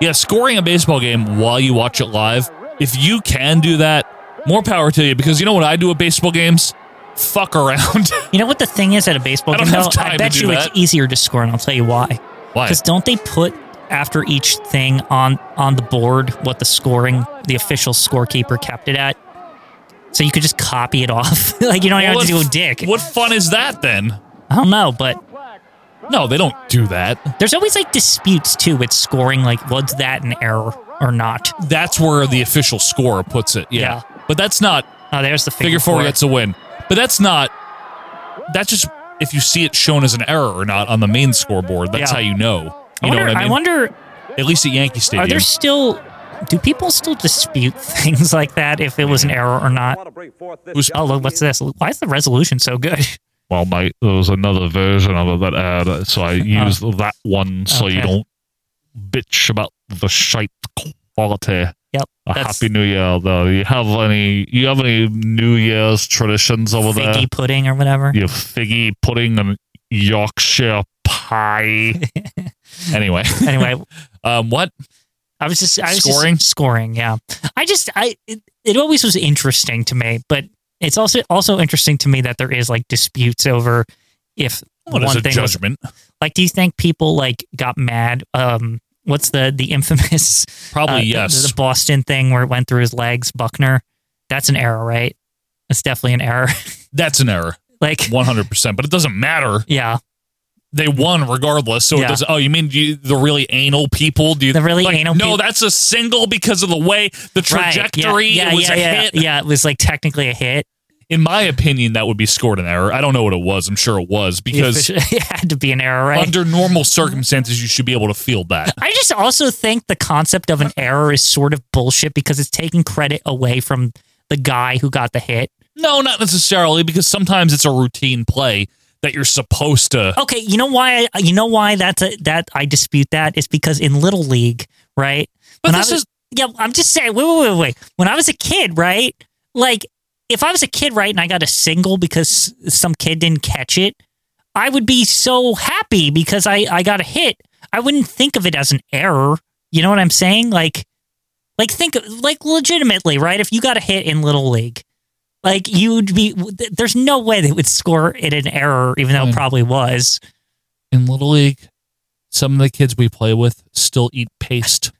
Yeah, scoring a baseball game while you watch it live. If you can do that, more power to you because you know what I do at baseball games? Fuck around. You know what the thing is at a baseball I don't game? have though? time I to bet do you that. it's easier to score, and I'll tell you why. Why? Because don't they put after each thing on on the board what the scoring the official scorekeeper kept it at? So you could just copy it off. e- like you don't even What have to do a f- dick. What fun is that then? I don't know, but No, they don't do that. there's always like disputes too with scoring. Like was that an error or not? That's where the official scorer puts it. Yeah. But that's not Oh, there's the figure, figure four gets a win. But that's not that's just if you see it shown as an error or not on the main scoreboard. That's Yeah. how you know. You I wonder, know what I mean? wonder at least at Yankee Stadium. are there still do people still dispute things like that if it was an error or not? Who's- Oh look, what's this? Why is the resolution so good? Well, mate, there was another version of it that aired it, so I used that one so you Okay. don't bitch about the shite quality. Yep, A that's- happy New Year, though. You have any? You have any New Year's traditions over there? Figgy pudding or whatever. Your figgy pudding and Yorkshire pie. anyway. Anyway, Um what? I was just I was Scoring? just scoring. Yeah, I just I it, it always was interesting to me, but it's also also interesting to me that there is like disputes over if What is one a thing was judgment? like. Do you think people like got mad? Um, what's the the infamous Probably uh, the- yes. the, Boston thing where it went through his legs, Buckner? That's an error, right? That's definitely an error. That's an error, like one hundred percent. But it doesn't matter. yeah, They won regardless. So it Yeah. doesn't. Oh, you mean you, the really anal people? Do you, The really like, anal No, peop- that's a single because of the way the right, yeah, trajectory. Yeah, it was yeah, a yeah, hit. yeah. It was like technically a hit In my opinion, that would be scored an error. I don't know what it was. I'm sure it was because it had to be an error, right? under normal circumstances, you should be able to feel that. I just also think the concept of an error is sort of bullshit because it's taking credit away from the guy who got the hit? No, not necessarily, because sometimes it's a routine play that you're supposed to. Okay, you know why? I, you know why that's a, that I dispute that is because in little league, right? But when I this was- is- yeah. I'm just saying. Wait, wait, wait, wait. When I was a kid, right? Like, if I was a kid, right, and I got a single because some kid didn't catch it, I would be so happy because I I got a hit. I wouldn't think of it as an error. You know what I'm saying? Like, like think of- like legitimately, right? If you got a hit in little league, like you'd be. th- There's no way they would score it an error, even though it Right. probably was. In Little League, some of the kids we play with still eat paste.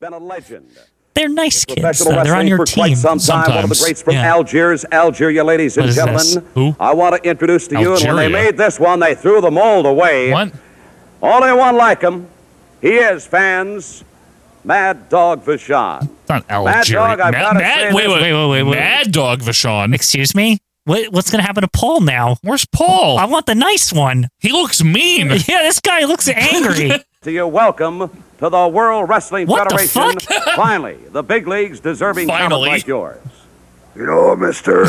Been a legend. They're nice kids. Professional Though. They're wrestling on your for team. quite some time. One of the sometimes. greats from Yeah. Algiers, Algeria, ladies and What is gentlemen. this? Who? I want to introduce to you, and when Algeria. they made this one, they threw the mold away. What? Only one like him. He is, fans, Mad Dog Vachon. It's not Oh, Mad Algeria. Dog, I've Mad, gotta Mad, say wait, this- wait, wait, wait, wait. Mad Dog Vachon. Excuse me. What, what's going to happen to Paul now? Where's I Paul? want the nice one. He looks mean. Yeah, this guy looks angry. To you, welcome to the World Wrestling What the Federation. Finally, the big leagues deserving Finally. talent like yours. You know, mister,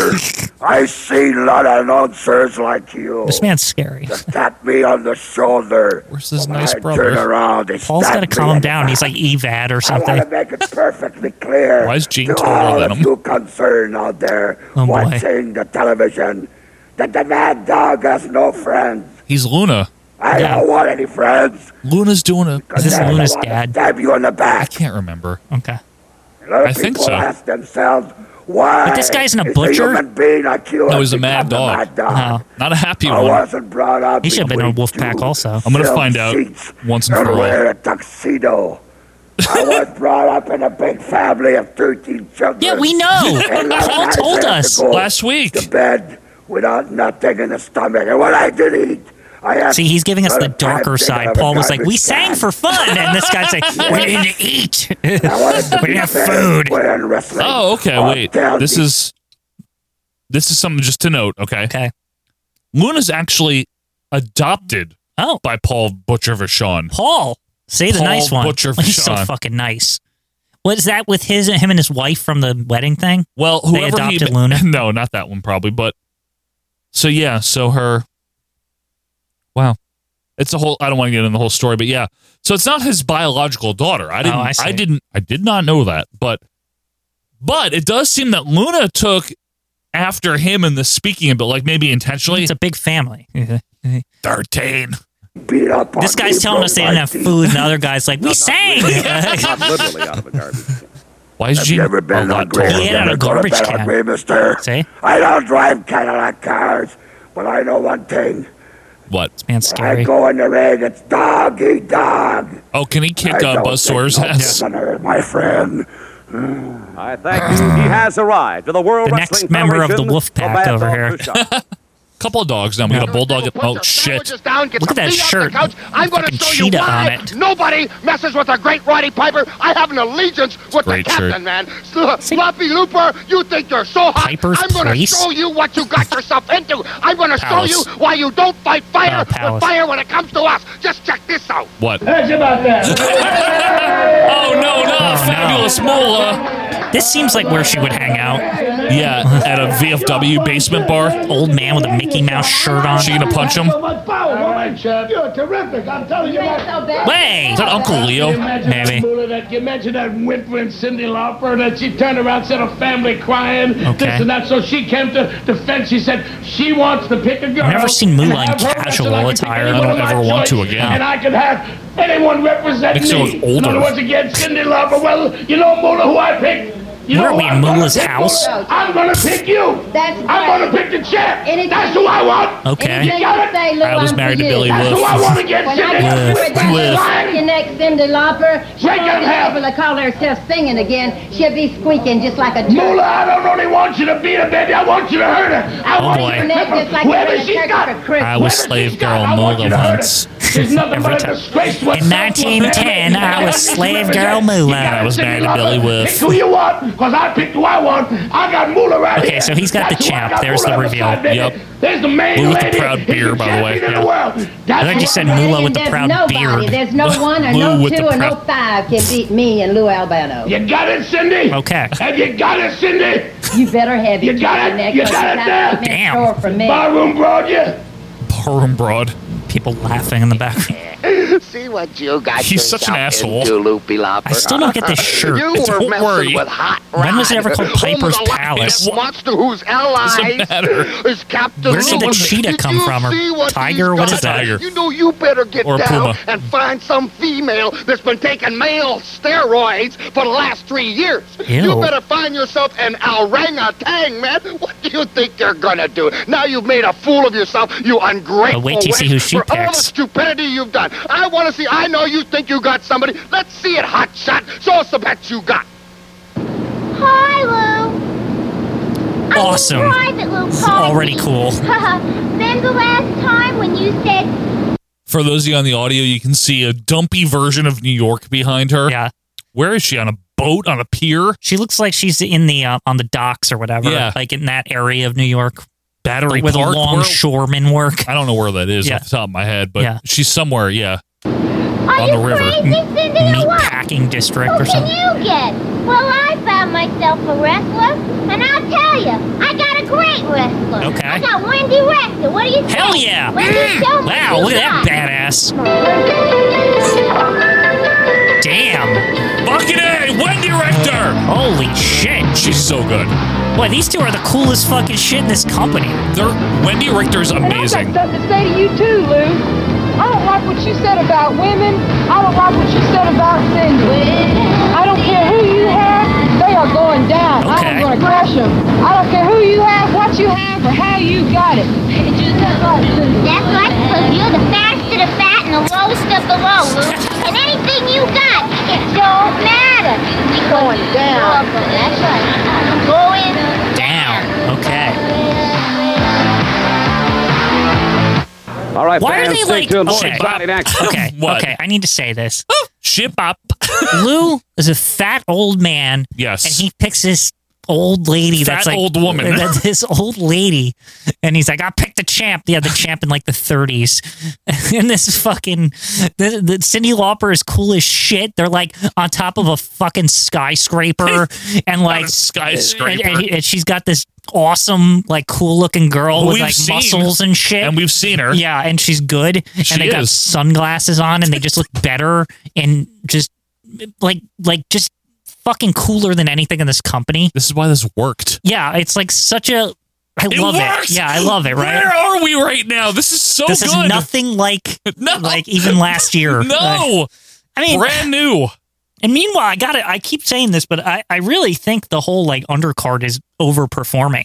I see a lot of nonsense like you. this man's scary. Tap me on the shoulder. Where's his When nice I Turn brother? around and Paul's stab got to me calm in the down. He's like Evad or I want something. to make it perfectly clear. Why is Gene to taller all than of him? you concerned out there Oh, boy. watching the television that the mad dog has no friends. He's Luna. I Yeah. don't want any friends. Luna's doing a. Is this Then I Luna's want to dad? Stab you in the I back. can't remember. Okay. A lot of I people think so. ask themselves why. this guy isn't a is butcher? human being like you No, he's a become mad dog. mad dog? No. Not a happy I one. wasn't brought up. Uh-huh. He should have been on Wolfpack also. I'm gonna find out once and for all. Wear a tuxedo. I was brought up in a big family of 13 children. Yeah, we know. And I Paul had told to us. go Last week. To bed without nothing in the stomach. And when I did eat, I had. See, he's giving us not the a darker time to side. have a Paul was like, "We garbage sang can. for fun," and this guy's like, "We didn't eat." I wanted to We be have fair food. and square in wrestling. Oh, okay. I'll Wait. tell This you, is this is something just to note. Okay. Okay. Luna's actually adopted Oh, by Paul Butcher Vachon. Paul, say the Paul nice one. Butcher He's so Vachon. fucking nice. What is that with his him and his wife from the wedding thing? Well, whoever adopted he, Luna? No, not that one probably. But so yeah, so her. Wow, it's a whole. I don't want to get into the whole story, but yeah. So it's not his biological daughter. I didn't. Oh, I I, see. didn't. I did not know that. But but it does seem that Luna took after him in the speaking of it, like maybe intentionally. Mm-hmm. It's a big family. Thirteen. beat up on This guy's me, telling us they didn't have Mikey. food, and the other guy's like, "We sang." Not literally out of a garbage can. Why is Have Gene you ever a been on lot taller? Grand He had Canyon? a Go to garbage bed can. on me, mister. See? I don't drive Cadillac cars, but I know one thing. What? Man, scary. I go in the ring, it's dog eat dog. Oh, can he kick I uh, don't Buzz think Sawyer's no ass? prisoner, my friend. I thank you. He has arrived to the World The next Wrestling member of the Federation, Wolf Pack Mad over Dog here. Vachon. Couple of dogs now. We got a bulldog. Oh shit! Look at that shirt. I'm going Fucking to show you cheetah on why it. nobody messes with the great Roddy Piper. I have an allegiance with the great captain, shirt. man. Sl- Sloppy Looper, you think you're so hot? Piper's I'm going to Place? show you what you got yourself into. I'm going to show Palace. you why you don't fight Oh, fire Palace. with fire when it comes to us. Just check this out. What? Oh Heard about that. no, Oh, no! Fabulous Mola. This seems like where she would hang out. Yeah, at a VFW basement bar. Old man with a Mickey Mouse shirt on. She gonna punch him? You're terrific. I'm telling you. Way. Is that Uncle Leo? Maybe. that you imagine that whimpering Cindy Lauper that she turned around said a family crying Okay. this and that so she came to defense she said she wants to pick a girl I've never seen Moolah and have in her casual wrestle. I can pick attire. I anyone don't of my ever want to choice, again. and I can have anyone represent Makes her me look older. in other words again Cindy Lauper well you know Moolah who I picked you Where know are we, who I'm in gonna Moolah's pick, house? Moolah? I'm gonna pick you That's I'm right. gonna pick the champ Anything- that's who I want Okay. You got it? I was married to Billy that's Wolf. Wolf. who I want to get When Cindy I Wolf. was with Wolf. that your next Cindy Lauper, she Break won't it be up. able to call herself singing again. She'll be squeaking just like a Moolah, I don't really want you to beat her, baby. I want you to hurt her. I Oh, want boy. you to clip her. Just like Whoever you're in a she's turkey got, for Christmas. I was whoever slave she's girl got, I want you to Moolah hurt her. once. She's nothing Every but a time. disgrace to In herself, 1910, man. I was slave girl Moolah. You gotta I was sit married and to Billy love her. Wolf. Pick who you want. because I picked who I want. I got Moolah right Okay, here. so he's got the That's who I champ. There's the Moolah reveal. beside me. Yep. There's the main Moolah with the lady. proud He's the beard, by the way. champion of Yeah. world. I That's think you who said I'm Moolah saying. with the There's proud nobody, beard. there's no one or Lou no with the two or no proud- five can beat me and Lou Albano. You got it, Cindy? Okay. Have you got it, Cindy? You better have You it. got it? You got it there? Damn. Damn. For me. Barroom brought you. Barroom broad. People laughing in the background. See what you got He's such an yourself asshole. Into, loopy lopper. I still don't get this shirt. You It's- were don't messing worry. with hot When was it ever Rod, called whom Piper's the lioness Palace? Monster whose allies matter? is Captain Where did the Lou. cheetah Did come you from? Or see what tiger? he's What done? is that? Tiger. You know you better get Or a down puma. and find some female that's been taking male steroids for the last three years. Ew. You better find yourself an orangutan, man. What do you think you're gonna do? Now you've made a fool of yourself, you ungrateful. Oh, wait till you see who wench, she for all picks. the stupidity you've done. I want to see. I know you think you got somebody. Let's see it, hot shot. Show us the bet you got. Hi, Lou. I'm Awesome. a private Lou Coffey. Already cool. Remember last time when you said For those of you on the audio, you can see a dumpy version of New York behind her. Yeah. Where is she? On a boat? On a pier? She looks like she's in the uh, on the docks or whatever, Yeah. like in that area of New York, Battery where the Park? Where- longshoremen work. I don't know where that is Yeah. off the top of my head, but Yeah. she's somewhere, yeah. Are On you the river. crazy, Cindy, or Meat what? packing district Who or can something. you get? Well, I found myself a wrestler, and I'll tell you, I got a great wrestler. Okay. I got Wendy Rector. What do you think? Hell yeah! Wendy, show me Wow, who look you at got. that badass. Damn. Fucking A! Wendy Rector! Holy shit. She's so good. Boy, these two are the coolest fucking shit in this company. They're, Wendy Richter's amazing. And I've got stuff to say to you too, Lou. I don't like what you said about women. I don't like what you said about Cindy. I don't care who you have, they are going down. Okay. I'm going to crush them. I don't care who you have, what you have, or how you got it. Just like Cindy. That's right, because you're the fastest of the fat and the lowest of the low, Lou. And anything you got, it don't matter. You're going down. That's right. I'm going Down. Okay. All right, Why are fans, they stay like tuned. More okay? exciting action. Okay, What? Oh, okay. I need to say this. Ship up. Lou is a fat old man, Yes. and he picks this old lady Fat that's like old woman. that- this old lady, and he's like, "I picked the champ." Yeah, the champ in like the 30s, and this fucking the, the Cindy Lauper is cool as shit. They're like on top of a fucking skyscraper, and like a skyscraper. and, and he- and she's got this awesome, like cool looking girl Who with we've like seen. muscles and shit. and we've seen her. Yeah, and she's good. She and they got is. sunglasses on and they just look better and just like like just fucking cooler than anything in this company. This is why this worked. Yeah, it's like such a I It love works! it. Yeah, I love it, Where right? are we right now? This is so this good. is nothing like No. like even last year. Like, No. I mean Brand new. and meanwhile I got to I keep saying this, but I, I really think the whole like undercard is overperforming.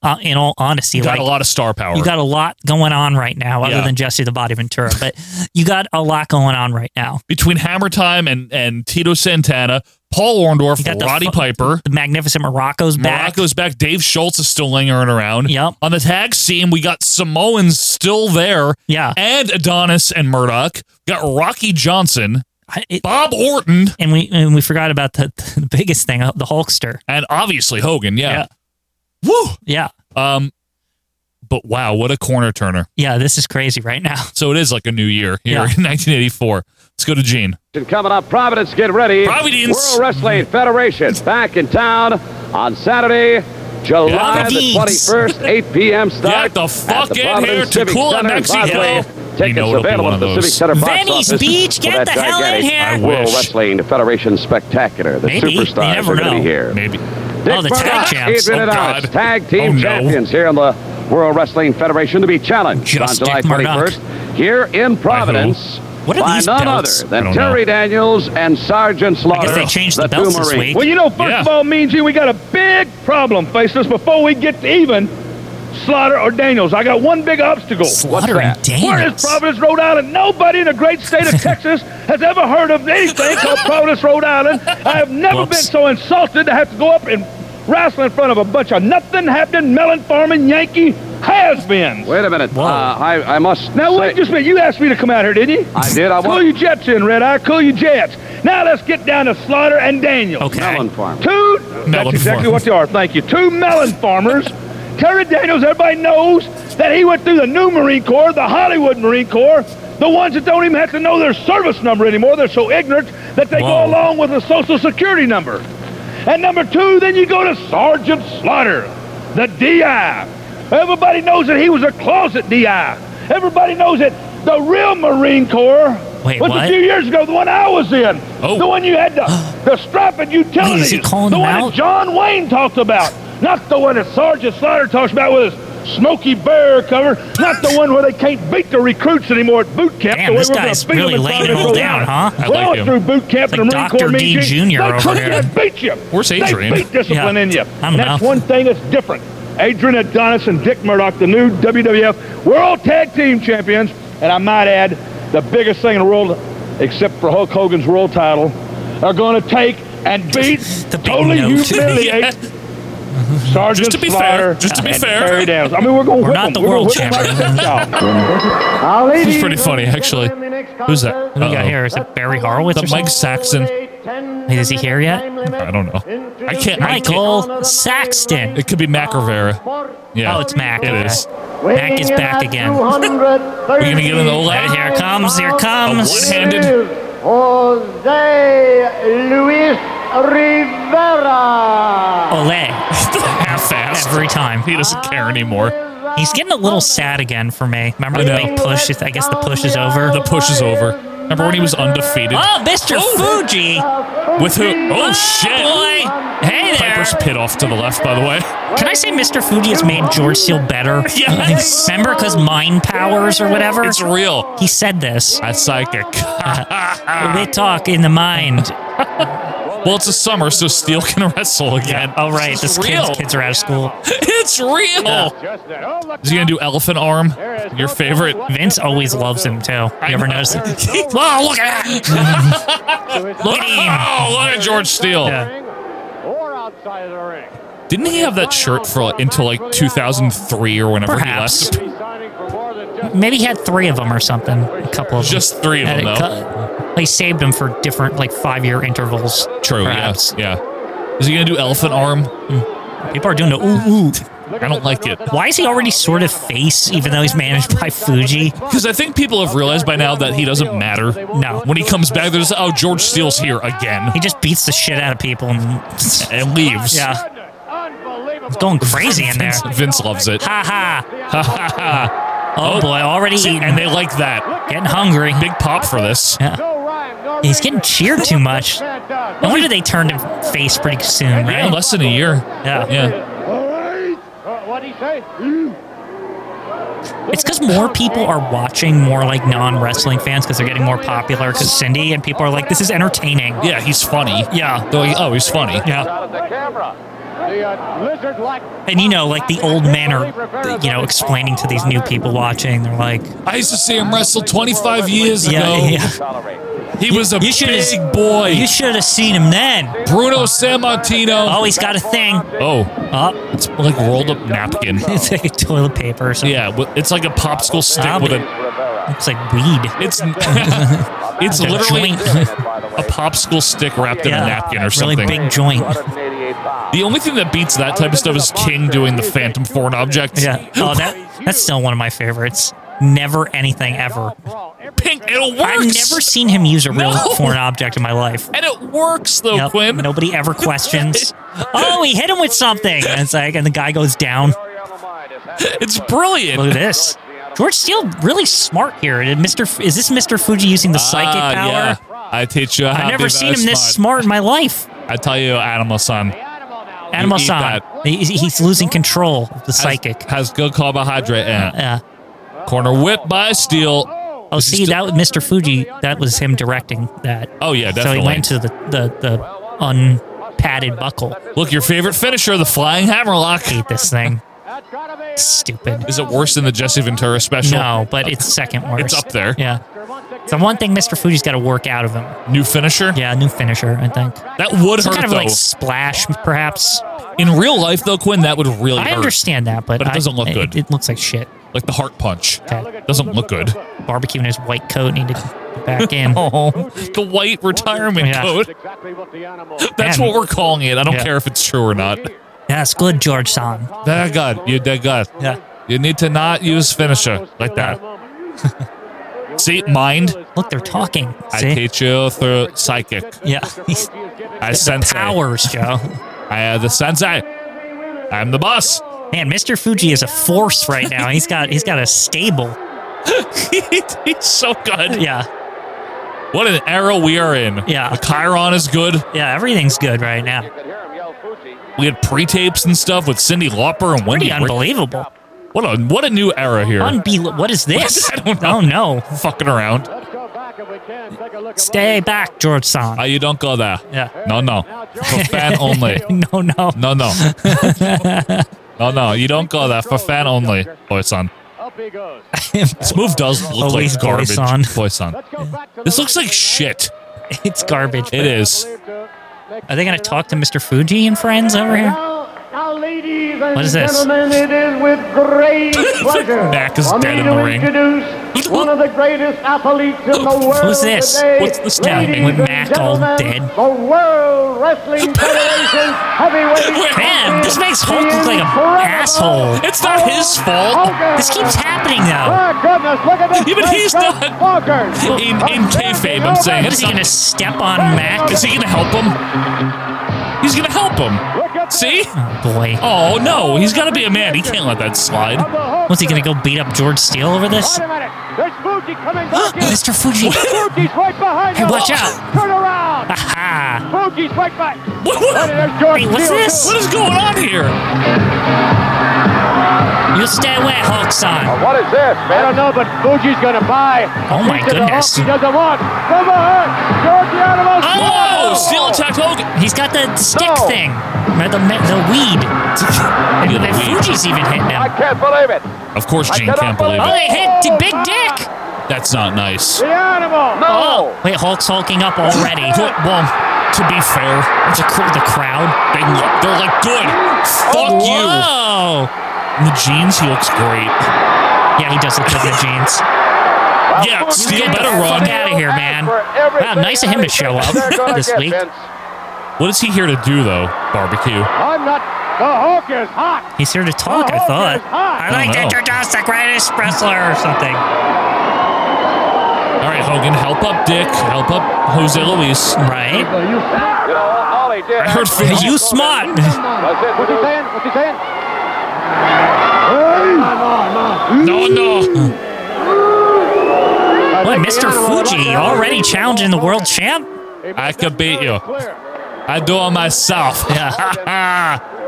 Uh, in all honesty, got like, a lot of star power. You got a lot going on right now, other Yeah. than Jesse the Body Ventura, but you got a lot going on right now. Between Hammer Time and, and Tito Santana, Paul Orndorff, You got the Roddy fu- Piper, The Magnificent Morocco's back. Morocco's back. Dave Schultz is still lingering around. Yep. On the tag scene, we got Samoans still there, Yeah. and Adonis and Murdoch. We got Rocky Johnson, I- it- Bob Orton, and we and we forgot about the, the biggest thing, uh, the Hulkster. and obviously Hogan. Yeah. Woo. Yeah. Um. But wow, what a corner turner! Yeah, this is crazy right now. So it is like a new year here in Yeah. 1984. Let's go to Gene. And coming up, Providence, get ready. Providence. World Wrestling Federation back in town on Saturday, July the Providence. 21st, 8 p.m. start. Get the at fuck in Providence here to Civic Tula, Center in Mexico. Broadway. You know Tickets it'll be available one at of the those. Civic Center box Venice office Beach, for get that the hell in gigantic here. I World wish. Wrestling Federation Spectacular. The Maybe. You superstars never are going to know. be here. Maybe. Oh, the tag Murdoch, champs. Adrian Oh, Adonis, God. tag Oh, team no. champions here in the World Wrestling Federation to be challenged Just on July Dick Murdoch. 21st here in Providence. What are by these none belts? other I than don't know. Terry Daniels and Sergeant Slaughter. they changed the belts two this Marines. week. Well, you know, first Yeah. of all, Mean Gene, we got a big problem, Faceless. Before we get to even, Slaughter or Daniels, I got one big obstacle. Slaughter and Where is Daniels. Providence, Rhode Island? Nobody in the great state of Texas has ever heard of anything called Providence, Rhode Island. I have never Whoops. been so insulted to have to go up and wrestle in front of a bunch of nothing happening, melon farming Yankee has-beens. Wait a minute. Whoa. Uh, I, I must Now say, wait just a minute. You asked me to come out here, didn't you? I did. I cool wa- your jets in, Red Eye. Cool your jets. Now let's get down to Slaughter and Daniel. Okay. Melon farmers. Two. that's Melon exactly farmers. what they are. Thank you. Two melon farmers. Terry Daniels. Everybody knows that he went through the new Marine Corps, the Hollywood Marine Corps. The ones that don't even have to know their service number anymore. They're so ignorant that they go along with a social security number. And number two, then you go to Sergeant Slaughter, the DI. Everybody knows that he was a closet DI. Everybody knows that the real Marine Corps Wait, was what? Oh. a few years ago, the one I was in. The one you had the, the strapping utilities. he calling the them one out? that John Wayne talked about. Not the one that Sergeant Slaughter talks about with his smoky bear cover. Not the one where they can't beat the recruits anymore at boot camp. Damn, the way this we're gonna guy's beat 'em really in laying Florida it for all a down, huh? while. I Well, like I was him. through boot camp It's and the like Marine Corps Dr. D meeting. Jr. They over couldn't here. beat you. Where's Adrian? They beat discipline Yeah. in you. I don't That's know. one thing that's different. Adrian Adonis and Dick Murdoch, the new WWF World Tag Team Champions, and I might add, the biggest thing in the world, except for Hulk Hogan's world title, are going to take and beat, totally note. humiliate Yeah. Sergeant Just to be fair, Slaughter just to be and fair. Terry Downs. I mean, we're going to We're whip not the them. We're gonna world whip them right champions. down, y'all. This is pretty funny, actually. Who's that? Who do we got here? Is it Barry Horowitz? The or Mike Saxon. Wait, is he here yet? I don't know. I can't. Michael Saxton. It could be Mac Rivera. Yeah. Oh, it's Mac. It is. Mac is back again. We're gonna get an old lad? Here it comes. Here it comes. one-handed- Jose Luis Rivera. Ole. Half fast. Every time. He doesn't care anymore. He's getting a little sad again for me. Remember the big push? I guess the push is over. The push is over. Remember when he was undefeated? Oh, Mr. Oh! Fuji. With who? Oh, shit. Boy. Hey there. Piper's pit off to the left, by the way. Can I say Mr. Fuji has made George Seal better? Yes. Remember, because mind powers or whatever? It's real. He said this. That's psychic. they talk in the mind. Well, it's a summer, so Steel can wrestle again. Oh, right. This This is real. kid's, kids are out of school. It's real. Is he gonna do elephant arm? Your favorite? Vince always loves him, too. You ever notice? Wow, look at that! look at him! Oh, look at George Steele. Didn't he have that shirt for like, until like 2003 or whenever Perhaps. he left? Maybe he had three of them or something. A couple of them. Just three of Had them, though. it cut- They saved them for different, like, five year intervals. True. perhaps. Yes. Yeah. Is he gonna do elephant arm? Hmm. People are doing the ooh ooh. I don't like it. Why is he already sort of face, even though he's managed by Fuji? Because I think people have realized by now that he doesn't matter. No. When he comes back, there's oh George Steele's here again. He just beats the shit out of people and, and leaves. Yeah. It's going crazy in there. Vince, Vince loves it. Ha ha. Ha ha ha. Oh, boy, already see, eating. And they like that. Getting hungry. Big pop for this. Yeah. He's getting cheered too much. No wonder they turned him face pretty soon, Yeah, right? less than a year. Oh, Yeah. Yeah. What'd he say? It's because more people are watching more like non wrestling fans because they're getting more popular because Cindy and people are like, this is entertaining. Yeah, he's funny. Yeah. They're like, oh, he's funny. Yeah. Out of the camera. The uh, lizard-like And you know, like the old men are, you know, explaining to these new people watching, they're like, I used to see him wrestle 25 years Yeah, ago. yeah. He was a You should big have- boy. you should have seen him then. Bruno Sammartino. Oh, he's got a thing. Oh, it's like rolled up napkin. It's like a toilet paper or something. yeah, wi- it's like a popsicle stick I'll with be- a. It's like weed. It's it's Like a literally joint. a popsicle stick wrapped in Yeah. a napkin or Really something. big joint. The only thing that beats that type of stuff is King doing the Phantom Foreign Object. Yeah. Oh, that that's still one of my favorites. Never anything ever. pink. It works. I've never seen him use a real No. foreign object in my life. and it works though, Yep. Quinn. Nobody ever questions. oh, he hit him with something, and it's like, and the guy goes down. It's brilliant. Look at this. George Steele really smart here. Did Mr. F- is this Mr. Fuji using the psychic Ah, power? Yeah. I teach you. How I've to never be seen very him this smart in my life. I tell you, animal son. Animal eat San, that. he, he's losing control of the psychic. has good carbohydrate in it. Yeah. Corner whip by Steele. Oh, Is he see, still- that was Mr. Fuji. That was him directing that. Oh yeah, So definitely. he went to the the, the unpadded buckle. Look, your favorite finisher, the flying hammerlock. Hate this thing. Stupid. Is it worse than the Jesse Ventura special? No, but it's second worst. It's up there. Yeah. So one thing Mr. Fuji's got to work out of him. New finisher. Yeah, new finisher, I think. That would Some hurt kind of though. like splash, perhaps. In real life though, Quinn, that would really I hurt. understand that, but, But it I- doesn't look it- good. It, looks like shit. Like the heart punch. Okay. Doesn't look good. Barbecue in his white coat, need to back in. Oh, the white retirement Yeah. code. That's what we're calling it. I don't Yeah. care if it's true or not. That's good, George San. That God, you that God. Yeah. You need to not use finisher like that. See, mind. Look, they're talking. I See? teach you through psychic. Yeah. He's I sense powers, Joe. I have the sensei. I'm the boss. Man, Mr. Fuji is a force right now. He's got he's got a stable. He's so good. Yeah. What an era we are in. Yeah. The Chiron is good. Yeah, everything's good right now. We had pre-tapes and stuff with Cindy Lauper and Wendy. Pretty Richter. unbelievable. What a what a new era here. Unbe- what is this? I don't Oh know. no. Fucking around. Stay back, George San. Ah, you don't go there. Yeah. No, no. For fan only. no, no. No, no. no, Oh, no. You don't go there. For fan only, Boyson. This move does look Always like garbage, Boyson. Boyson. This looks like shit. It's garbage. It is. Are they gonna talk to Mr. Fuji and friends over here? Now, ladies and What is this? gentlemen, it is with great pleasure Mac is for dead me in to the ring. introduce one of the greatest athletes in the world Who's this? today. What's this guy ladies doing with and Mac all gentlemen, dead? The World Wrestling Federation heavyweight Man, this makes Hulk look like an asshole. It's not his fault. This keeps happening though. My goodness, look at this. Yeah, but he's not- Bonkers. In in kayfabe, I'm saying. What is It's he not, gonna step on Mac? is he gonna help him? He's gonna help him. See? Boy. Oh no, he's gotta be a man. He can't let that slide. Was he gonna go beat up George Steele over this? Wait a minute. There's Fuji coming back in. Mr. Fuji. Fuji's right behind Hey, him. watch out. Turn around. Aha! Fuji's right by. What, what- There's George Hey, what's Steele, this? what is going on here? You stay away, Hulk son. What is this, I don't know, but Fuji's going to buy. Oh my Into the goodness. Hulk. He doesn't want. From behind. George the Animal. Oh, Steele attacked Hogan. He's got the stick No. thing. The, the, the weed. And, Yeah, the and weed. Fuji's even hitting him. I can't believe it. Of course, I Gene can't cannot believe Oh, it. they hit the Big Dick. Oh, That's not nice. The Animal. No. Wait, Hulk's hulking up already. Well, well, to be fair, It's a cr- the crowd. they look, they're like, good. Fuck you. Whoa. In the jeans, he looks great. Yeah, he does look good in the jeans. Yeah, Fuji's Steele getting better the fuck run. out of here, man. For Wow, everything nice of him to show up they're gonna this get, week. Vince. What is he here to do, though? Barbecue. I'm not. The Hulk is hot. He's here to Oh, talk, I thought. I'd like to know. introduce the greatest wrestler or something. All right, Hogan, help up Dick. Help up Jose Luis. Right? You know, all he did. I heard after Vince- that You was smart. introduce- What's he saying? What's he saying? Hey. No, no. What, Mr. Fuji already challenging the world champ? I could beat you. I do it myself. Yeah.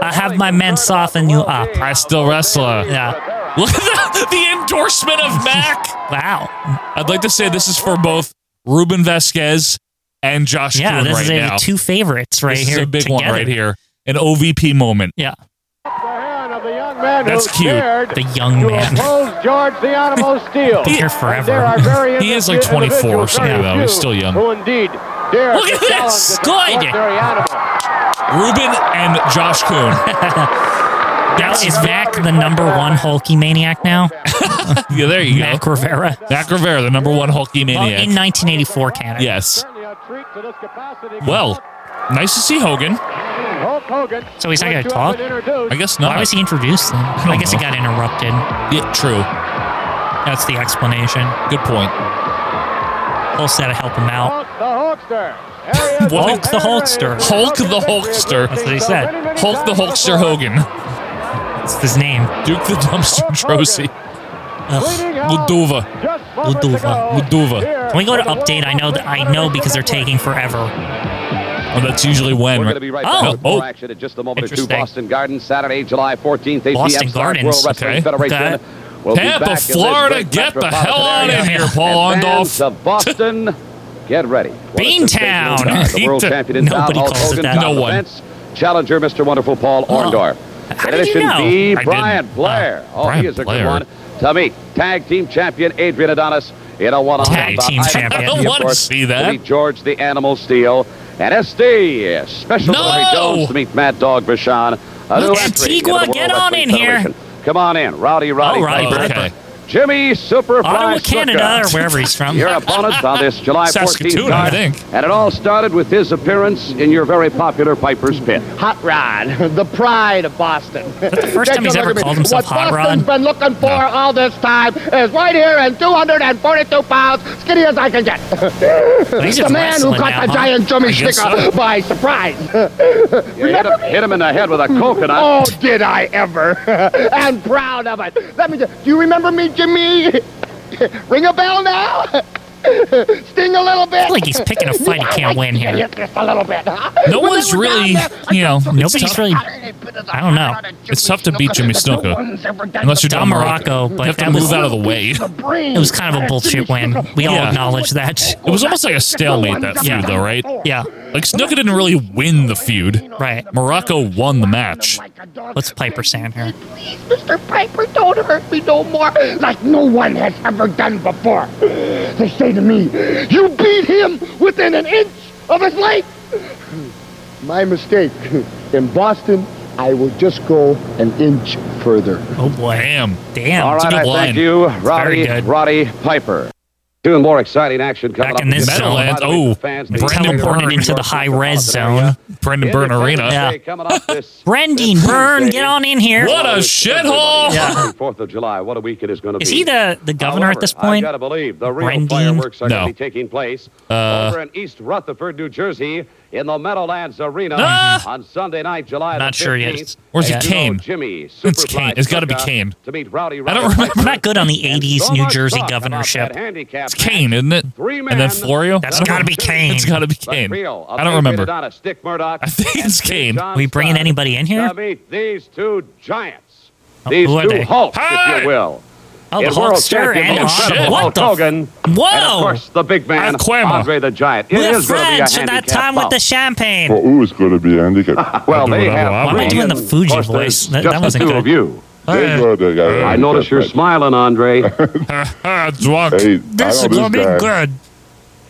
I have my men soften you up. I still wrestler. Yeah. Look at the, the endorsement of Mac. Wow. I'd like to say this is for both Ruben Vasquez and Josh Yeah, Kuhn this right is a, now. the two favorites right this here. is a big one together. right here. An OVP moment. Yeah. That's cute. The young to man. oppose George the Animal Steele. Been here And forever. There are very He is like interested 24 or individuals, something, very though. He's few, still young. Who indeed dare Look to at challenge this. this Good. extraordinary animal. Ruben and Josh Kuhn. Now, is Mac the number one hulky maniac now? yeah, there you Mac go. Rivera. Mac Rivera, the number one Hulky Well, in maniac. 1984 Canada. Yes. Certainly a treat to this capacity. Well, nice to see Hogan. Hulk Hogan. So he's not gonna was talk? up and introduced. I guess Why not. was he introduced then? I, guess know. he got interrupted. Yeah, true. That's the explanation. Good point. Hulk said to help him out. Hulk the Hulkster. Here he Hulk the Hulkster. is. Hulk the Hulkster. That's what he said. Hulk the Hulkster Hogan. It's his name. Duke the Dumpster Drosy. Ugh. Ludova. Just moments Ludova. ago, Ludova. here Can we go to for the update? I know that I know because they're taking forever. Oh, that's usually when. We're going Right? to be right Oh, back with more oh. action in just a moment or two. Interesting. Boston Gardens, Saturday, July 14th, ATF Boston Stark Gardens, World Wrestling okay. Federation. Okay. will be Tampa, back in this Florida, great get the metropolitan hell on area. in here, And Paul fans Orndorff. of Boston, get ready. What a sensational Beantown. time. The world champion in town, Nobody Hulk calls it Hogan, that. Tom No one. Spence, Challenger, Mr. Wonderful Paul Orndorff. How in did you addition, know? B. I Brian didn't. Blair. Uh, oh, Brian he is a Blair. good one. To meet tag team champion Adrian Adonis in a one-on-one. Tag team champion. I don't wanna see that. To meet George the Animal Steel and SD special No! delivery Jones to meet Mad Dog Vashon. A new entry into the Antigua, World get on Wrestling in here. Federation. Come on in, Rowdy Roddy All right, Piper. Piper. Jimmy Superfly Ottawa, Snuka. Canada, or wherever he's from. Your opponent on this July 14th Saskatoon, I card. think. And it all started with his appearance in your very popular Piper's Pit. Hot Rod, the pride of Boston. the first time Take a he's look ever at me. called himself what Hot Boston's Rod? been looking for all this time is right here in 242 pounds, skinny as I can get. he's the just man who wrestling caught now, the huh? giant Jimmy I guess Snicker so. by surprise. You hit, him, hit him in the head with a coconut. Oh, did I ever? and proud of it. Let me. Just, do you remember me, Jimmy? Ring a bell now. Sting a little bit. I feel like he's picking a fight he can't win here. Yeah, Just a little bit. Ah, huh? No one's really, you know, it's Nobody's tough- really. I don't know. It's tough to beat Jimmy Snuka unless you're Don Don Morocco. Morocco, You but have to that move was- out of the way. It was kind of a bullshit win. We all Yeah. acknowledge that. It was almost like a stalemate that feud, Yeah. though, right? Yeah. Like Snuka didn't really win the feud. Right. Morocco won the match. What's Piper saying here? Mr. Piper, don't hurt me no more, like no one has ever done before. They say to me, you beat him within an inch of his life. My mistake. In Boston, I will just go an inch further. Oh boy! Damn! Damn! All it's right, a I good line. thank you, It's very Roddy, good. Roddy Piper. Two more exciting action coming Back up. in this By the zone. way, Oh, fans, the Brendan United Byrne States into the high res zone. Brendan Byrne Arena. Independence Day coming up this- Brendan this Byrne, Tuesday. get on in here. What a shithole! Yeah. Fourth of July. What a week it is going to be. Is he the the governor at this point? I gotta believe the real Brendan? fireworks are No. going to be taking place Uh. over in East Rutherford, New Jersey, in the Meadowlands Arena Ah! on Sunday night, July. Not the sure yet. 15th. Where's Yeah. it Kane? Jimmy, It's Superfly Kane. It's gotta be Snuka Kane. To meet Rowdy I don't Roddy remember. I'm not good on the So '80s New much Jersey talk about governorship. that handicap It's Kane, isn't it? Three And men. then Florio? That's I don't gotta be remember. Kane. It's gotta be Kane. Real, I don't remember. Donna, Stick Murdoch, I think it's Kane. We bringing anybody in here? to meet these two giants, Oh, these who are two they? Hulks, if Hey! you will. Oh, the In world Hulkster champion, and the incredible Hogan. What Hulk the? Hogan, and of Whoa! course the big man Aquema. Andre the Giant. It We're is going to be a friends from that handicap time bout. with the champagne. Well, who's going to be handicapped? Well, they whatever have. I Why am I three, doing the and of Fuji course, there's voice? That- just that the wasn't two good. of you. They're gonna get I handicapped. notice you're smiling, Andre. Ah, drunk. Hey, This I is know gonna be this guy. good.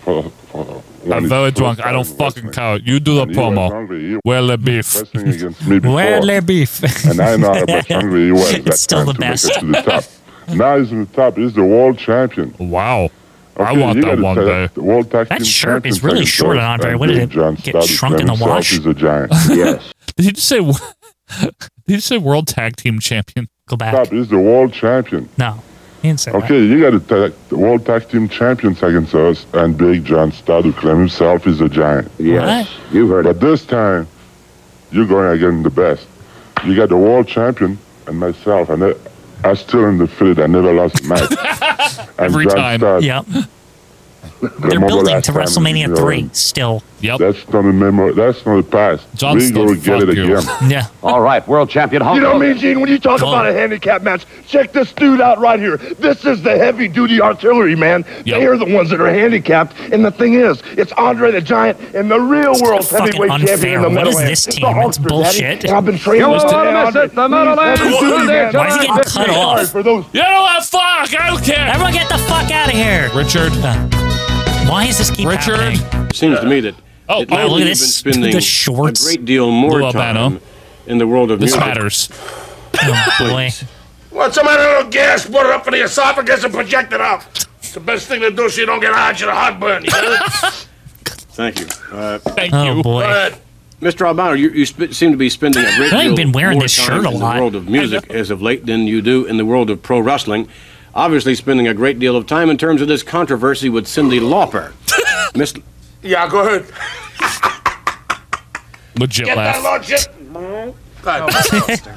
for- for I'm one- very for drunk. I don't wrestling. fucking count. You do the And he was promo. hungry. He was Well, the beef. wrestling against me before. Where the beef? and I know how much hungry he was. at It's still time the to make best. it to the top. Now he's in the top. He's the world champion. Wow. I Okay, want you that gotta one tell- day. The world tag That team shirt champion is really second short choice, on Andre. and What did Big it John get Studdard shrunk in the himself wash? is a giant. yes. Did you just say? Did you just say world tag team champion? Go back. Top is the world champion. No, he didn't say that. Okay, you got to tag the world tag team champions against us and Big John Studd who claim himself is a giant. Yes. You heard But it. this time, you're going against the best. You got the world champion and myself, and I, I still in the field. I never lost a match. And Every John time. Studd, Yep. They're remember building last to time, you WrestleMania know, three still. Yep. That's not a memory. That's not a past. John we Studd, go get fuck it you. again. Yeah. All right, world champion Hulk You know, Hogan. Mean Gene, when you talk Whoa. about a handicap match, check this dude out right here. This is the heavy duty artillery, man. Yep. They are the ones that are handicapped. And the thing is, it's Andre the Giant and the real world fucking heavyweight champion in unfair. What the is Meadowlands. this It's team? the It's Hulkster, bullshit. Daddy, and I've been training You this won't today, wanna miss Andre. it. The Meadowlands Please, Sunday, heavy duty, Why is he man. getting I'm cut sorry off? For those You know what? Fuck. I don't care. Everyone get the fuck out of here. Richard. Why is this keep Richard. happening? Seems Uh, to me that Oh, it wow, lately look at you've this- been spending the shorts. a great deal more Lou time Albano. in the world of This music. Oh, matters. Oh, Boy. What's the matter? A little gas, put it up in the esophagus and project it out. It's the best thing to do so you don't get hot, you heartburn. You know? Thank you, uh, Thank Oh you. boy. but Mr. Albano. You, you sp- seem to be spending a great I deal ain't been wearing more this time shirt a in lot. the world of music as of late than you do in the world of pro wrestling. Obviously, spending a great deal of time in terms of this controversy with Cindy Lauper. Miss, yeah, go ahead. Legit Get that laugh. logic. Oh, beg,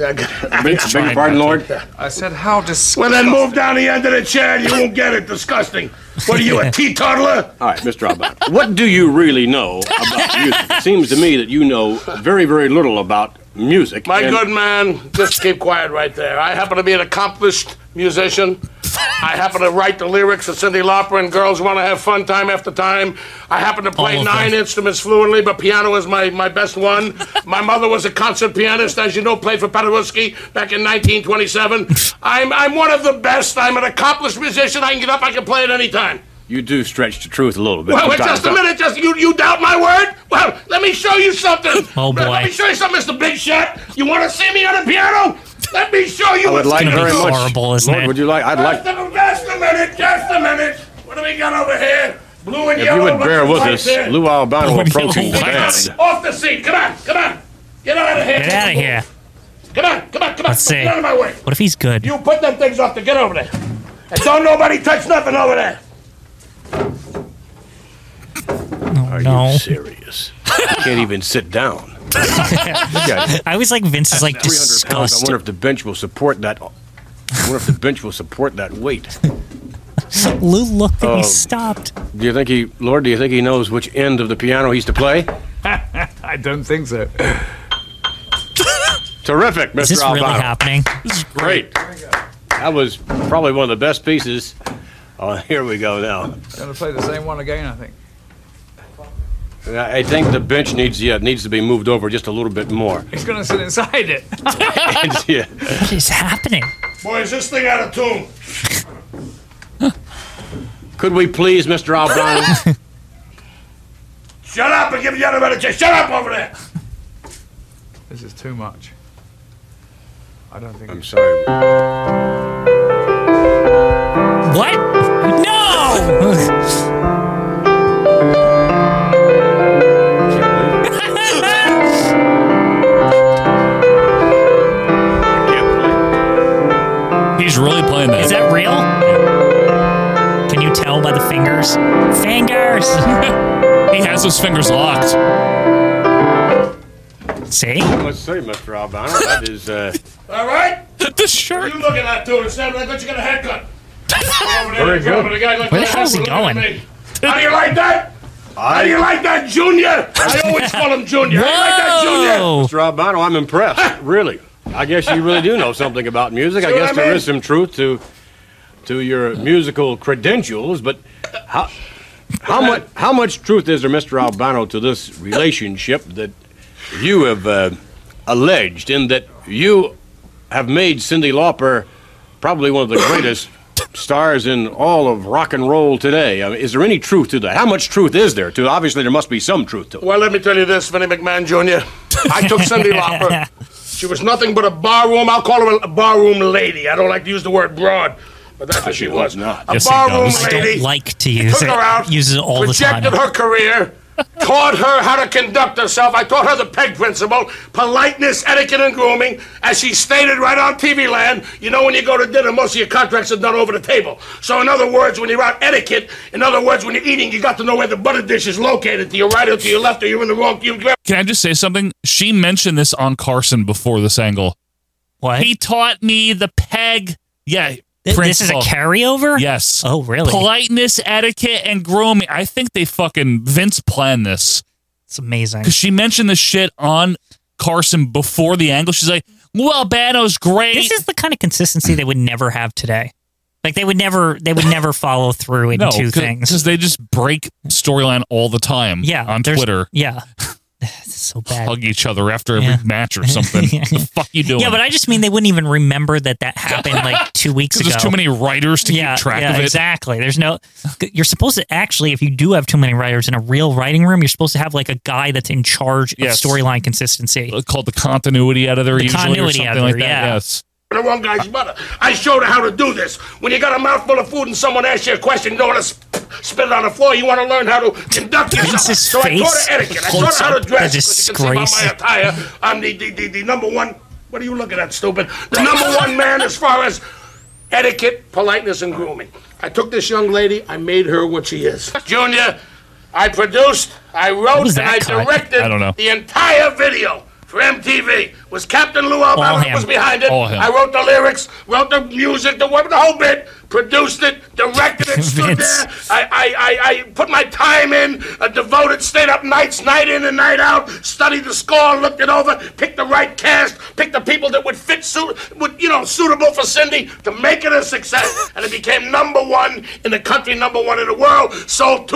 beg your pardon, Lord. I said, how disgusting. Well, then move down the end of the chair and you won't get it. Disgusting. What are you, a teetotaler? All right, Mr. Albano. what do you really know about music? It seems to me that you know very, very little about music. My and- good man, just keep quiet right there. I happen to be an accomplished musician. I happen to write the lyrics of Cindy Lauper and Girls Want to Have Fun time after time. I happen to play All of nine them. instruments fluently, but piano is my, my best one. my mother was a concert pianist, as you know, played for Paderewski back in 1927. I'm, I'm one of the best. I'm an accomplished musician. I can get up, I can play at any time. You do stretch the truth a little bit. Well, from wait time just to a time. minute. Just you, you doubt my word? Well, let me show you something. Oh, boy. Let me show you something, Mr. Big Shot. You want to see me on a piano? Let me show you I would what's like going very on. much. Lord, it? would you like? I'd like. Just a, just a minute, just a minute. What do we got over here? Blue If and you yellow. would what's bear the with white us, there? Lou Albano approaching the Lights. band. Off the seat. Come on, come on. Get out of here. Get out of here. Come on, come on, come on. Let's see. Get out of my way. What if he's good? You put them things off to get over there. And don't nobody touch nothing over there. Are no. you serious? I can't even sit down. I I was like, Vince is like I disgusted. wonder if the bench will support that. I wonder if the bench will support that weight. Lou looked at Oh. me, stopped. Do you think he, Lord? Do you think he knows which end of the piano he's to play? I don't think so. Terrific, Mr. Is this really Albano. happening? This is great. That was probably one of the best pieces. Oh, here we go now. Gonna play the same one again, I think. I think the bench needs yeah needs to be moved over just a little bit more. He's gonna sit inside it. yeah. What is happening? Boy, is this thing out of tune? Could we please, Mr. Albano? Shut up and give the other man a chance. Shut up over there. This is too much. I don't think. I'm sorry. What? No! He's really playing that. Is that real? Can you tell by the fingers? Fingers! he has those fingers locked. See? Let's see, Mr. Albano. That is. Uh, All right? the shirt. You look at that dude and say, like, what you got a haircut? Over there, Very you go good. over the guy like Where the that, hell's he looking at going? me. How do you like that? How do you like that, Junior? I always call him Junior. How do you like that, Junior? Mr. Albano, I'm impressed. really. I guess you really do know something about music. I See what guess I there mean? is some truth to to your musical credentials, but how how much how much truth is there, Mr. Albano, to this relationship that you have uh, alleged in that you have made Cindy Lauper probably one of the greatest stars in all of rock and roll today. I mean, is there any truth to that? How much truth is there to? Obviously, there must be some truth to it. Well, let me tell you this, Vinnie McMahon Jr. I took Cindy Lauper. She was nothing but a barroom. I'll call her a barroom lady. I don't like to use the word broad, but that's what she was. not. A Yes, he barroom does. I lady. don't like to use took it. her out, Uses it all the time. rejected her career, taught her how to conduct herself. I taught her the peg principle, politeness, etiquette, and grooming. As she stated right on TV land, you know when you go to dinner, most of your contracts are done over the table. So in other words, when you're out etiquette, in other words, when you're eating, you got to know where the butter dish is located, to your right or to your left, or you're in the wrong. You grab Can I just say something? She mentioned this on Carson before this angle. What? He taught me the peg. Yeah. Th- this is a principle. carryover? Yes. Oh, really? Politeness, etiquette, and grooming. I think they fucking Vince planned this It's amazing. because she mentioned this shit on Carson before the angle. She's like, "Well, Bano's great." This is the kind of consistency they would never have today. Like they would never, they would never follow through into two things. because they just break storyline all the time. Yeah, on there's- Twitter, Yeah, This is so bad. hug each other after every Yeah. match or something. the fuck you doing? Yeah, but I just mean they wouldn't even remember that that happened like two weeks ago. because there's too many writers to yeah, keep track yeah, of it. exactly. There's no. You're supposed to actually, if you do have too many writers in a real writing room, you're supposed to have like a guy that's in charge Yes. Uh, of storyline consistency. Called the continuity editor The usually or continuity something editor, like that. yeah. Yes. the wrong guy's butter. I showed her how to do this. When you got a mouthful of food and someone asks you a question, you don't want to sp- spit it on the floor. You want to learn how to conduct yourself. Vince's So I taught face her etiquette. I taught close her how to up, dress. a As you can see by disgrace. my attire, I'm the, the, the, the number one. What are you looking at, stupid? The number one man as far as etiquette, politeness, and grooming. I took this young lady. I made her what she is. Junior, I produced, I wrote, was and that I cut? directed I don't know. the entire video for MTV. Was Captain Lou All Albano him. was behind it. All him. I wrote the lyrics, wrote the music, the, web- the whole bit, produced it, directed it, stood Vince. there. I, I, I, I put my time in, uh, devoted, stayed up nights, night in and night out, studied the score, looked it over, picked the right cast, picked the people that would fit, suit, would, you know, suitable for Cindy to make it a success. and it became number one in the country, number one in the world, sold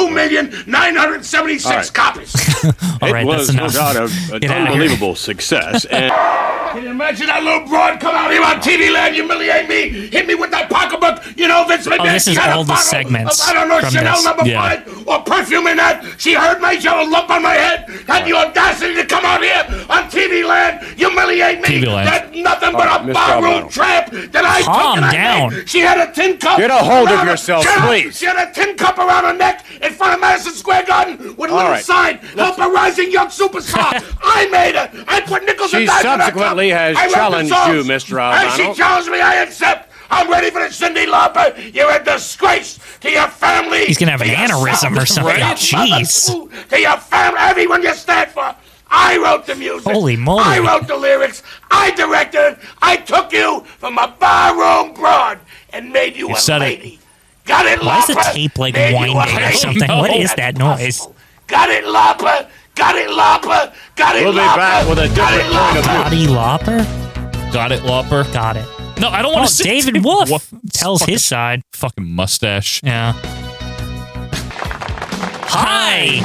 2,976 All right. copies. All it right, that's was no enough. doubt a- an Get outta here. unbelievable success. And Can you imagine that little broad come out here on TV land, humiliate me, hit me with that pocketbook? You know, Vince McMahon. Oh, this is she had a all the bottle segments Of, I don't know, from Chanel this. number Yeah. five or perfume in that. She heard my yellow lump on my head, had the audacity to come out here on TV land, humiliate me. TV land. That nothing but right, a Mr. Albano. barroom tramp that I Calm took and I down. made. She had a tin cup. Get a hold of around her- yourself, Shut up. please. She had a tin cup around her neck in front of Madison Square Garden with a All little right. sign, "Help a rising young superstar." I made it. I put nickels She and dimes in her cup. subsequently has I wrote the challenged songs. you, Mr. And she Albano. challenged me. I accept. I'm ready for the Cindy Lauper. You're a disgrace to your family. He's gonna have an to yourself, aneurysm or something. to your Jeez. mother, To your family, everyone you stand for. I wrote the music. Holy moly. I wrote the lyrics. I directed. it. I took you from a barroom broad and made you You a said it. lady. Got it, Why is the Lauper? tape like Made you a winding or lady. something? What is that noise? Got it, Lauper. Got it, Lauper. Got it, We'll be back Lauper. with a Got different it, point of Lauper. Body Lopper? Got it, Lopper. Got it. No, I don't Oh, want to. David Wolf tells his side. Fucking mustache. Yeah. Hi.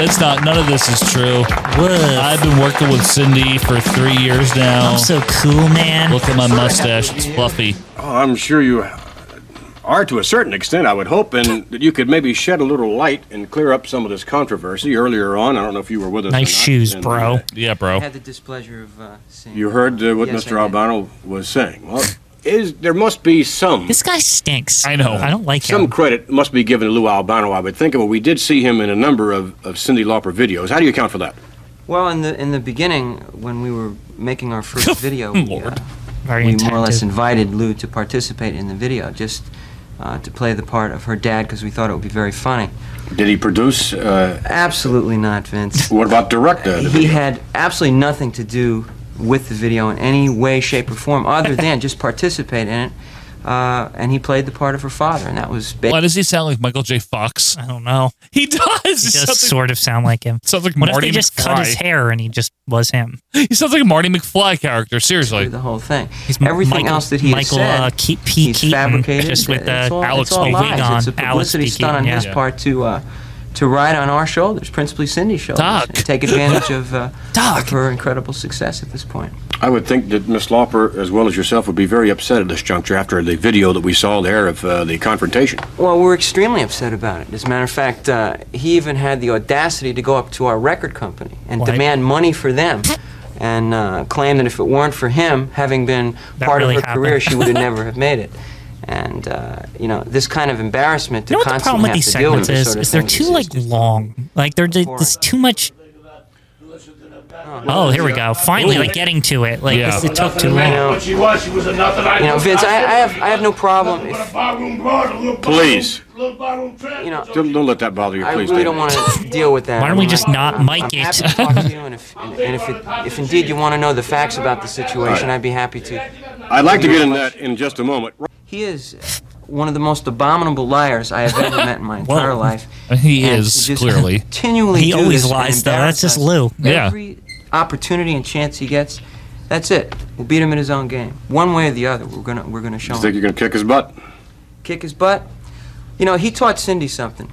It's not. None of this is true. I've been working with Cindy for three years now. I'm so cool, man. Look at my mustache. It's fluffy. Oh, I'm sure you are to a certain extent, I would hope, and that you could maybe shed a little light and clear up some of this controversy earlier on. I don't know if you were with us. Nice or not, shoes, and, bro. uh, Yeah, bro. I had the displeasure of uh, seeing. You heard uh, what Yes, I Mr. did. Albano was saying. Well, is there must be some. This guy stinks. I know. I don't like Some him. credit must be given to Lou Albano, I would think. Well, we did see him in a number of, of Cindy Lauper videos. How do you account for that? Well, in the in the beginning, when we were making our first video, we, uh, Very we more or less attentive. invited Lou to participate in the video, just uh, to play the part of her dad, because we thought it would be very funny. Did he produce? Uh, absolutely not, Vince. What about director? He had absolutely nothing to do with the video in any way, shape, or form, other than just participate in it. Uh, and he played the part of her father, and that was ba- Why does he sound like Michael J. Fox? I don't know. He does. He does sort of sound like him. Sounds like what Marty if they just cut McFly. his hair and he just was him? He sounds like a Marty McFly character. Seriously. the whole thing. He's Everything Michael- else that he had Michael, said, uh, Ke- P. he's Keaton, fabricated. just with, It's uh, all- Alex it's all P. lies. Keaton on. It's a Alex publicity P. stunt on Keaton, his yeah. part to uh, to ride on our shoulders, principally Cindy's shoulders, Doc. and take advantage of, uh, of her incredible success at this point. I would think that Miss Lauper, as well as yourself, would be very upset at this juncture after the video that we saw there of uh, the confrontation. Well, we're extremely upset about it. As a matter of fact, uh, he even had the audacity to go up to our record company and What? demand money for them. And uh, claim that if it weren't for him, having been That part really of her happened. career, she would have never have made it. And uh, you know, this kind of embarrassment to You know what the problem constantly have with these to deal with segments this is? sort of Is they're thing too like long. Like they're there's too much. Oh, here we go. Finally, like getting to it. Like Yeah. this, it took too You know, long. What she was, she was a nothing. I You know, knew. Vince, I, I have I have no problem. Nothing If, but a barroom broad, a little Please. barroom- little barroom tramp. you know, Don't, don't let that bother you, I please. really David. don't want to deal with that. Why don't we just not I'm- mic I'm it? happy to talk to you, and if, and, and if, it, if indeed you want to know the facts about the situation, I'd be happy to. I'd like to get in that in just a moment. He is one of the most abominable liars I have ever met in my entire Whoa. life. He And is, to just clearly. Continually, He do always this and lies, though. embarrass That's just us. Lou. Yeah. Every opportunity and chance he gets, that's it. We'll beat him in his own game, one way or the other. We're gonna we're gonna show You him. think you're going to kick his butt? kick his butt. You know, he taught Cindy something.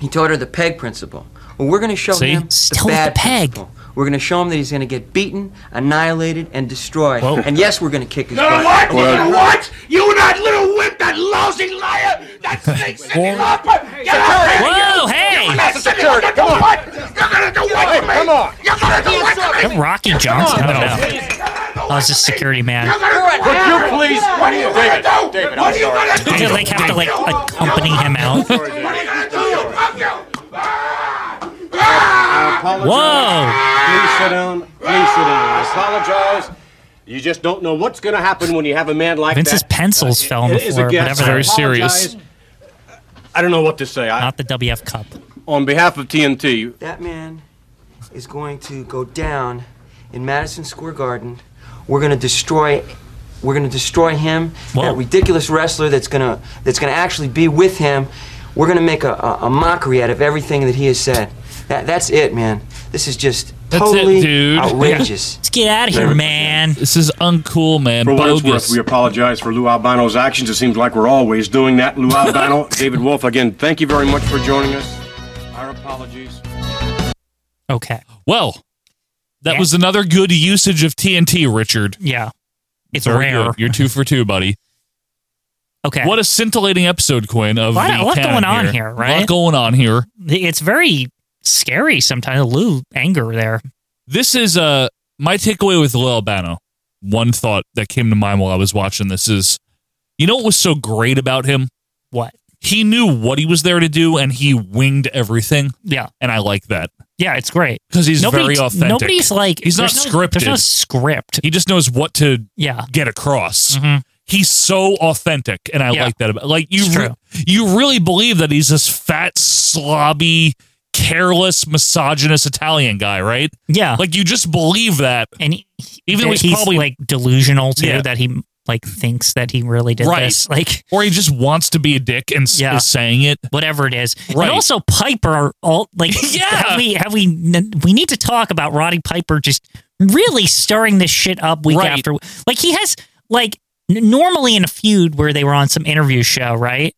He taught her the peg principle. Well, we're going to show See? him Still the with the bad peg. principle. We're going to show him that he's going to get beaten, annihilated, and destroyed. And yes, we're going to kick his Little butt. what? We're Little gonna- what? You that little wimp, that lousy liar, that snake Cindy Lauper! Get out here! Whoa, hey! You're gonna Cindy Lauper do what? You're gonna do what to me? Come on! You're gonna do what to me? That Rocky Johnson. I don't know. Oh, it's just security man. You're gonna do what to me? please- What are you David, gonna do? David, What I'm are you sorry. gonna do? They like have to like accompany him out. What are you gonna do? You fuck you! Whoa! Please sit down. Please sit down. I apologize. You just don't know what's going to happen when you have a man like Vince's pencils fell on the floor. Whatever. that was. I don't know what to say. I, Not the WF Cup. on behalf of TNT, That man is going to go down in Madison Square Garden. We're going to destroy. We're going to destroy him. Whoa. That ridiculous wrestler that's going to that's going to actually be with him. We're going to make a, a, a mockery out of everything that he has said. That, that's it, man. This is just That's it, totally dude. outrageous. Let's get out of here, man. This is uncool, man. for what it's worth, Bogus. we apologize for Lou Albano's actions. It seems like we're always doing that. Lou Albano, David Wolf, again, thank you very much for joining us. Our apologies. Okay. Well, that Yeah. was another good usage of TNT, Richard. Yeah. It's Very rare. good. You're two for two, buddy. Okay. What a scintillating episode, Quinn. Of Lot- the lot canon going on here. here, right? A lot going on here. It's very scary sometimes. Lou anger there. This is uh my takeaway with Lil Albano. one thought that came to mind while I was watching this is, you know what was so great about him? What? He knew what he was there to do and he winged everything. Yeah. And I like that. Yeah, it's great 'Cause he's very authentic. Nobody's like He's not there's no- There's no scripted. script. He just knows what to Yeah. get across. Mhm. He's so authentic, and I Yeah. like that about. Like you, It's re- true. you really believe that he's this fat, slobby, careless, misogynist Italian guy, right? Yeah. Like you just believe that, and he, even though he's, that he's probably like delusional too Yeah. that he like thinks that he really did right, this. Like or he just wants to be a dick and s- Yeah. is saying it. whatever it is. Right. And also Piper all like Yeah. have we have we we need to talk about Roddy Piper just really stirring this shit up week Right. after like he has like n- normally in a feud where they were on some interview show, right?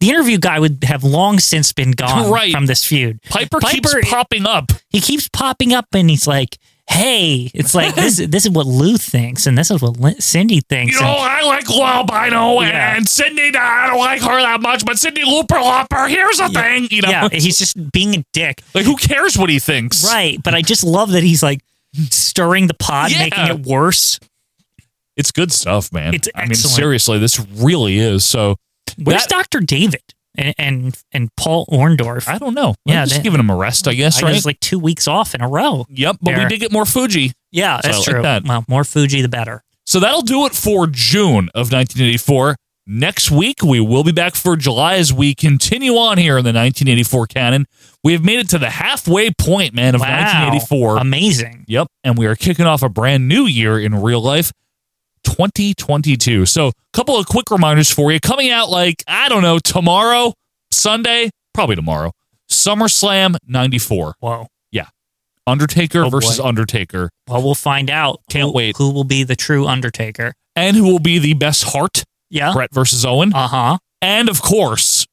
The interview guy would have long since been gone Right. from this feud. Piper, Piper- keeps popping up. He keeps popping up and he's like, "Hey, it's like this this is what Lou thinks and this is what Lin- Cindy thinks." You and- know, I like Lou Albino Yeah. and Sydney. I don't like her that much, but Sydney Looper Lopper, here's a thing. You know, yeah, he's just being a dick. like who cares what he thinks? Right, but I just love that he's like stirring the pot, Yeah. making it worse. It's good stuff, man. It's I mean, excellent. seriously, this really is. So Where's that- Doctor David and, and and Paul Orndorff? I don't know. Yeah, Yeah, just that- giving him a rest, I guess. I right? was like two weeks off in a row. yep. But we there. did get more Fuji. Yeah, So I that's like true. that. Well, more Fuji the better. So that'll do it for June of 1984. Next week, we will be back for July as we continue on here in the 1984 canon. We have made it to the halfway point, man, of Wow. 1984. Amazing. Yep. And we are kicking off a brand new year in real life, 2022. So, a couple of quick reminders for you coming out like, I don't know, tomorrow, Sunday, probably tomorrow, SummerSlam 94. Whoa. Yeah. Undertaker Oh, boy. versus Undertaker. Well, we'll find out. Can't wait. Who will be the true Undertaker? And who will be the best heart? Yeah. Brett versus Owen. Uh huh. And of course,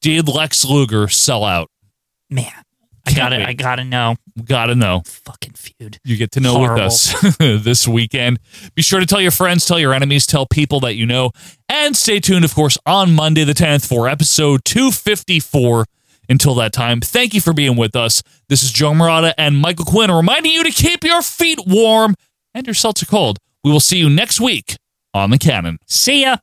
did Lex Luger sell out? Man, I Can't got to wait. I got to know. Gotta know. Fucking feud. you get to know Horrible. with us this weekend. Be sure to tell your friends, tell your enemies, tell people that you know, and stay tuned, of course, on Monday the 10th for episode 254. Until that time, thank you for being with us. This is Joe Morata and Michael Quinn reminding you to keep your feet warm and your seltzer cold. We will see you next week on the Cannon. See ya.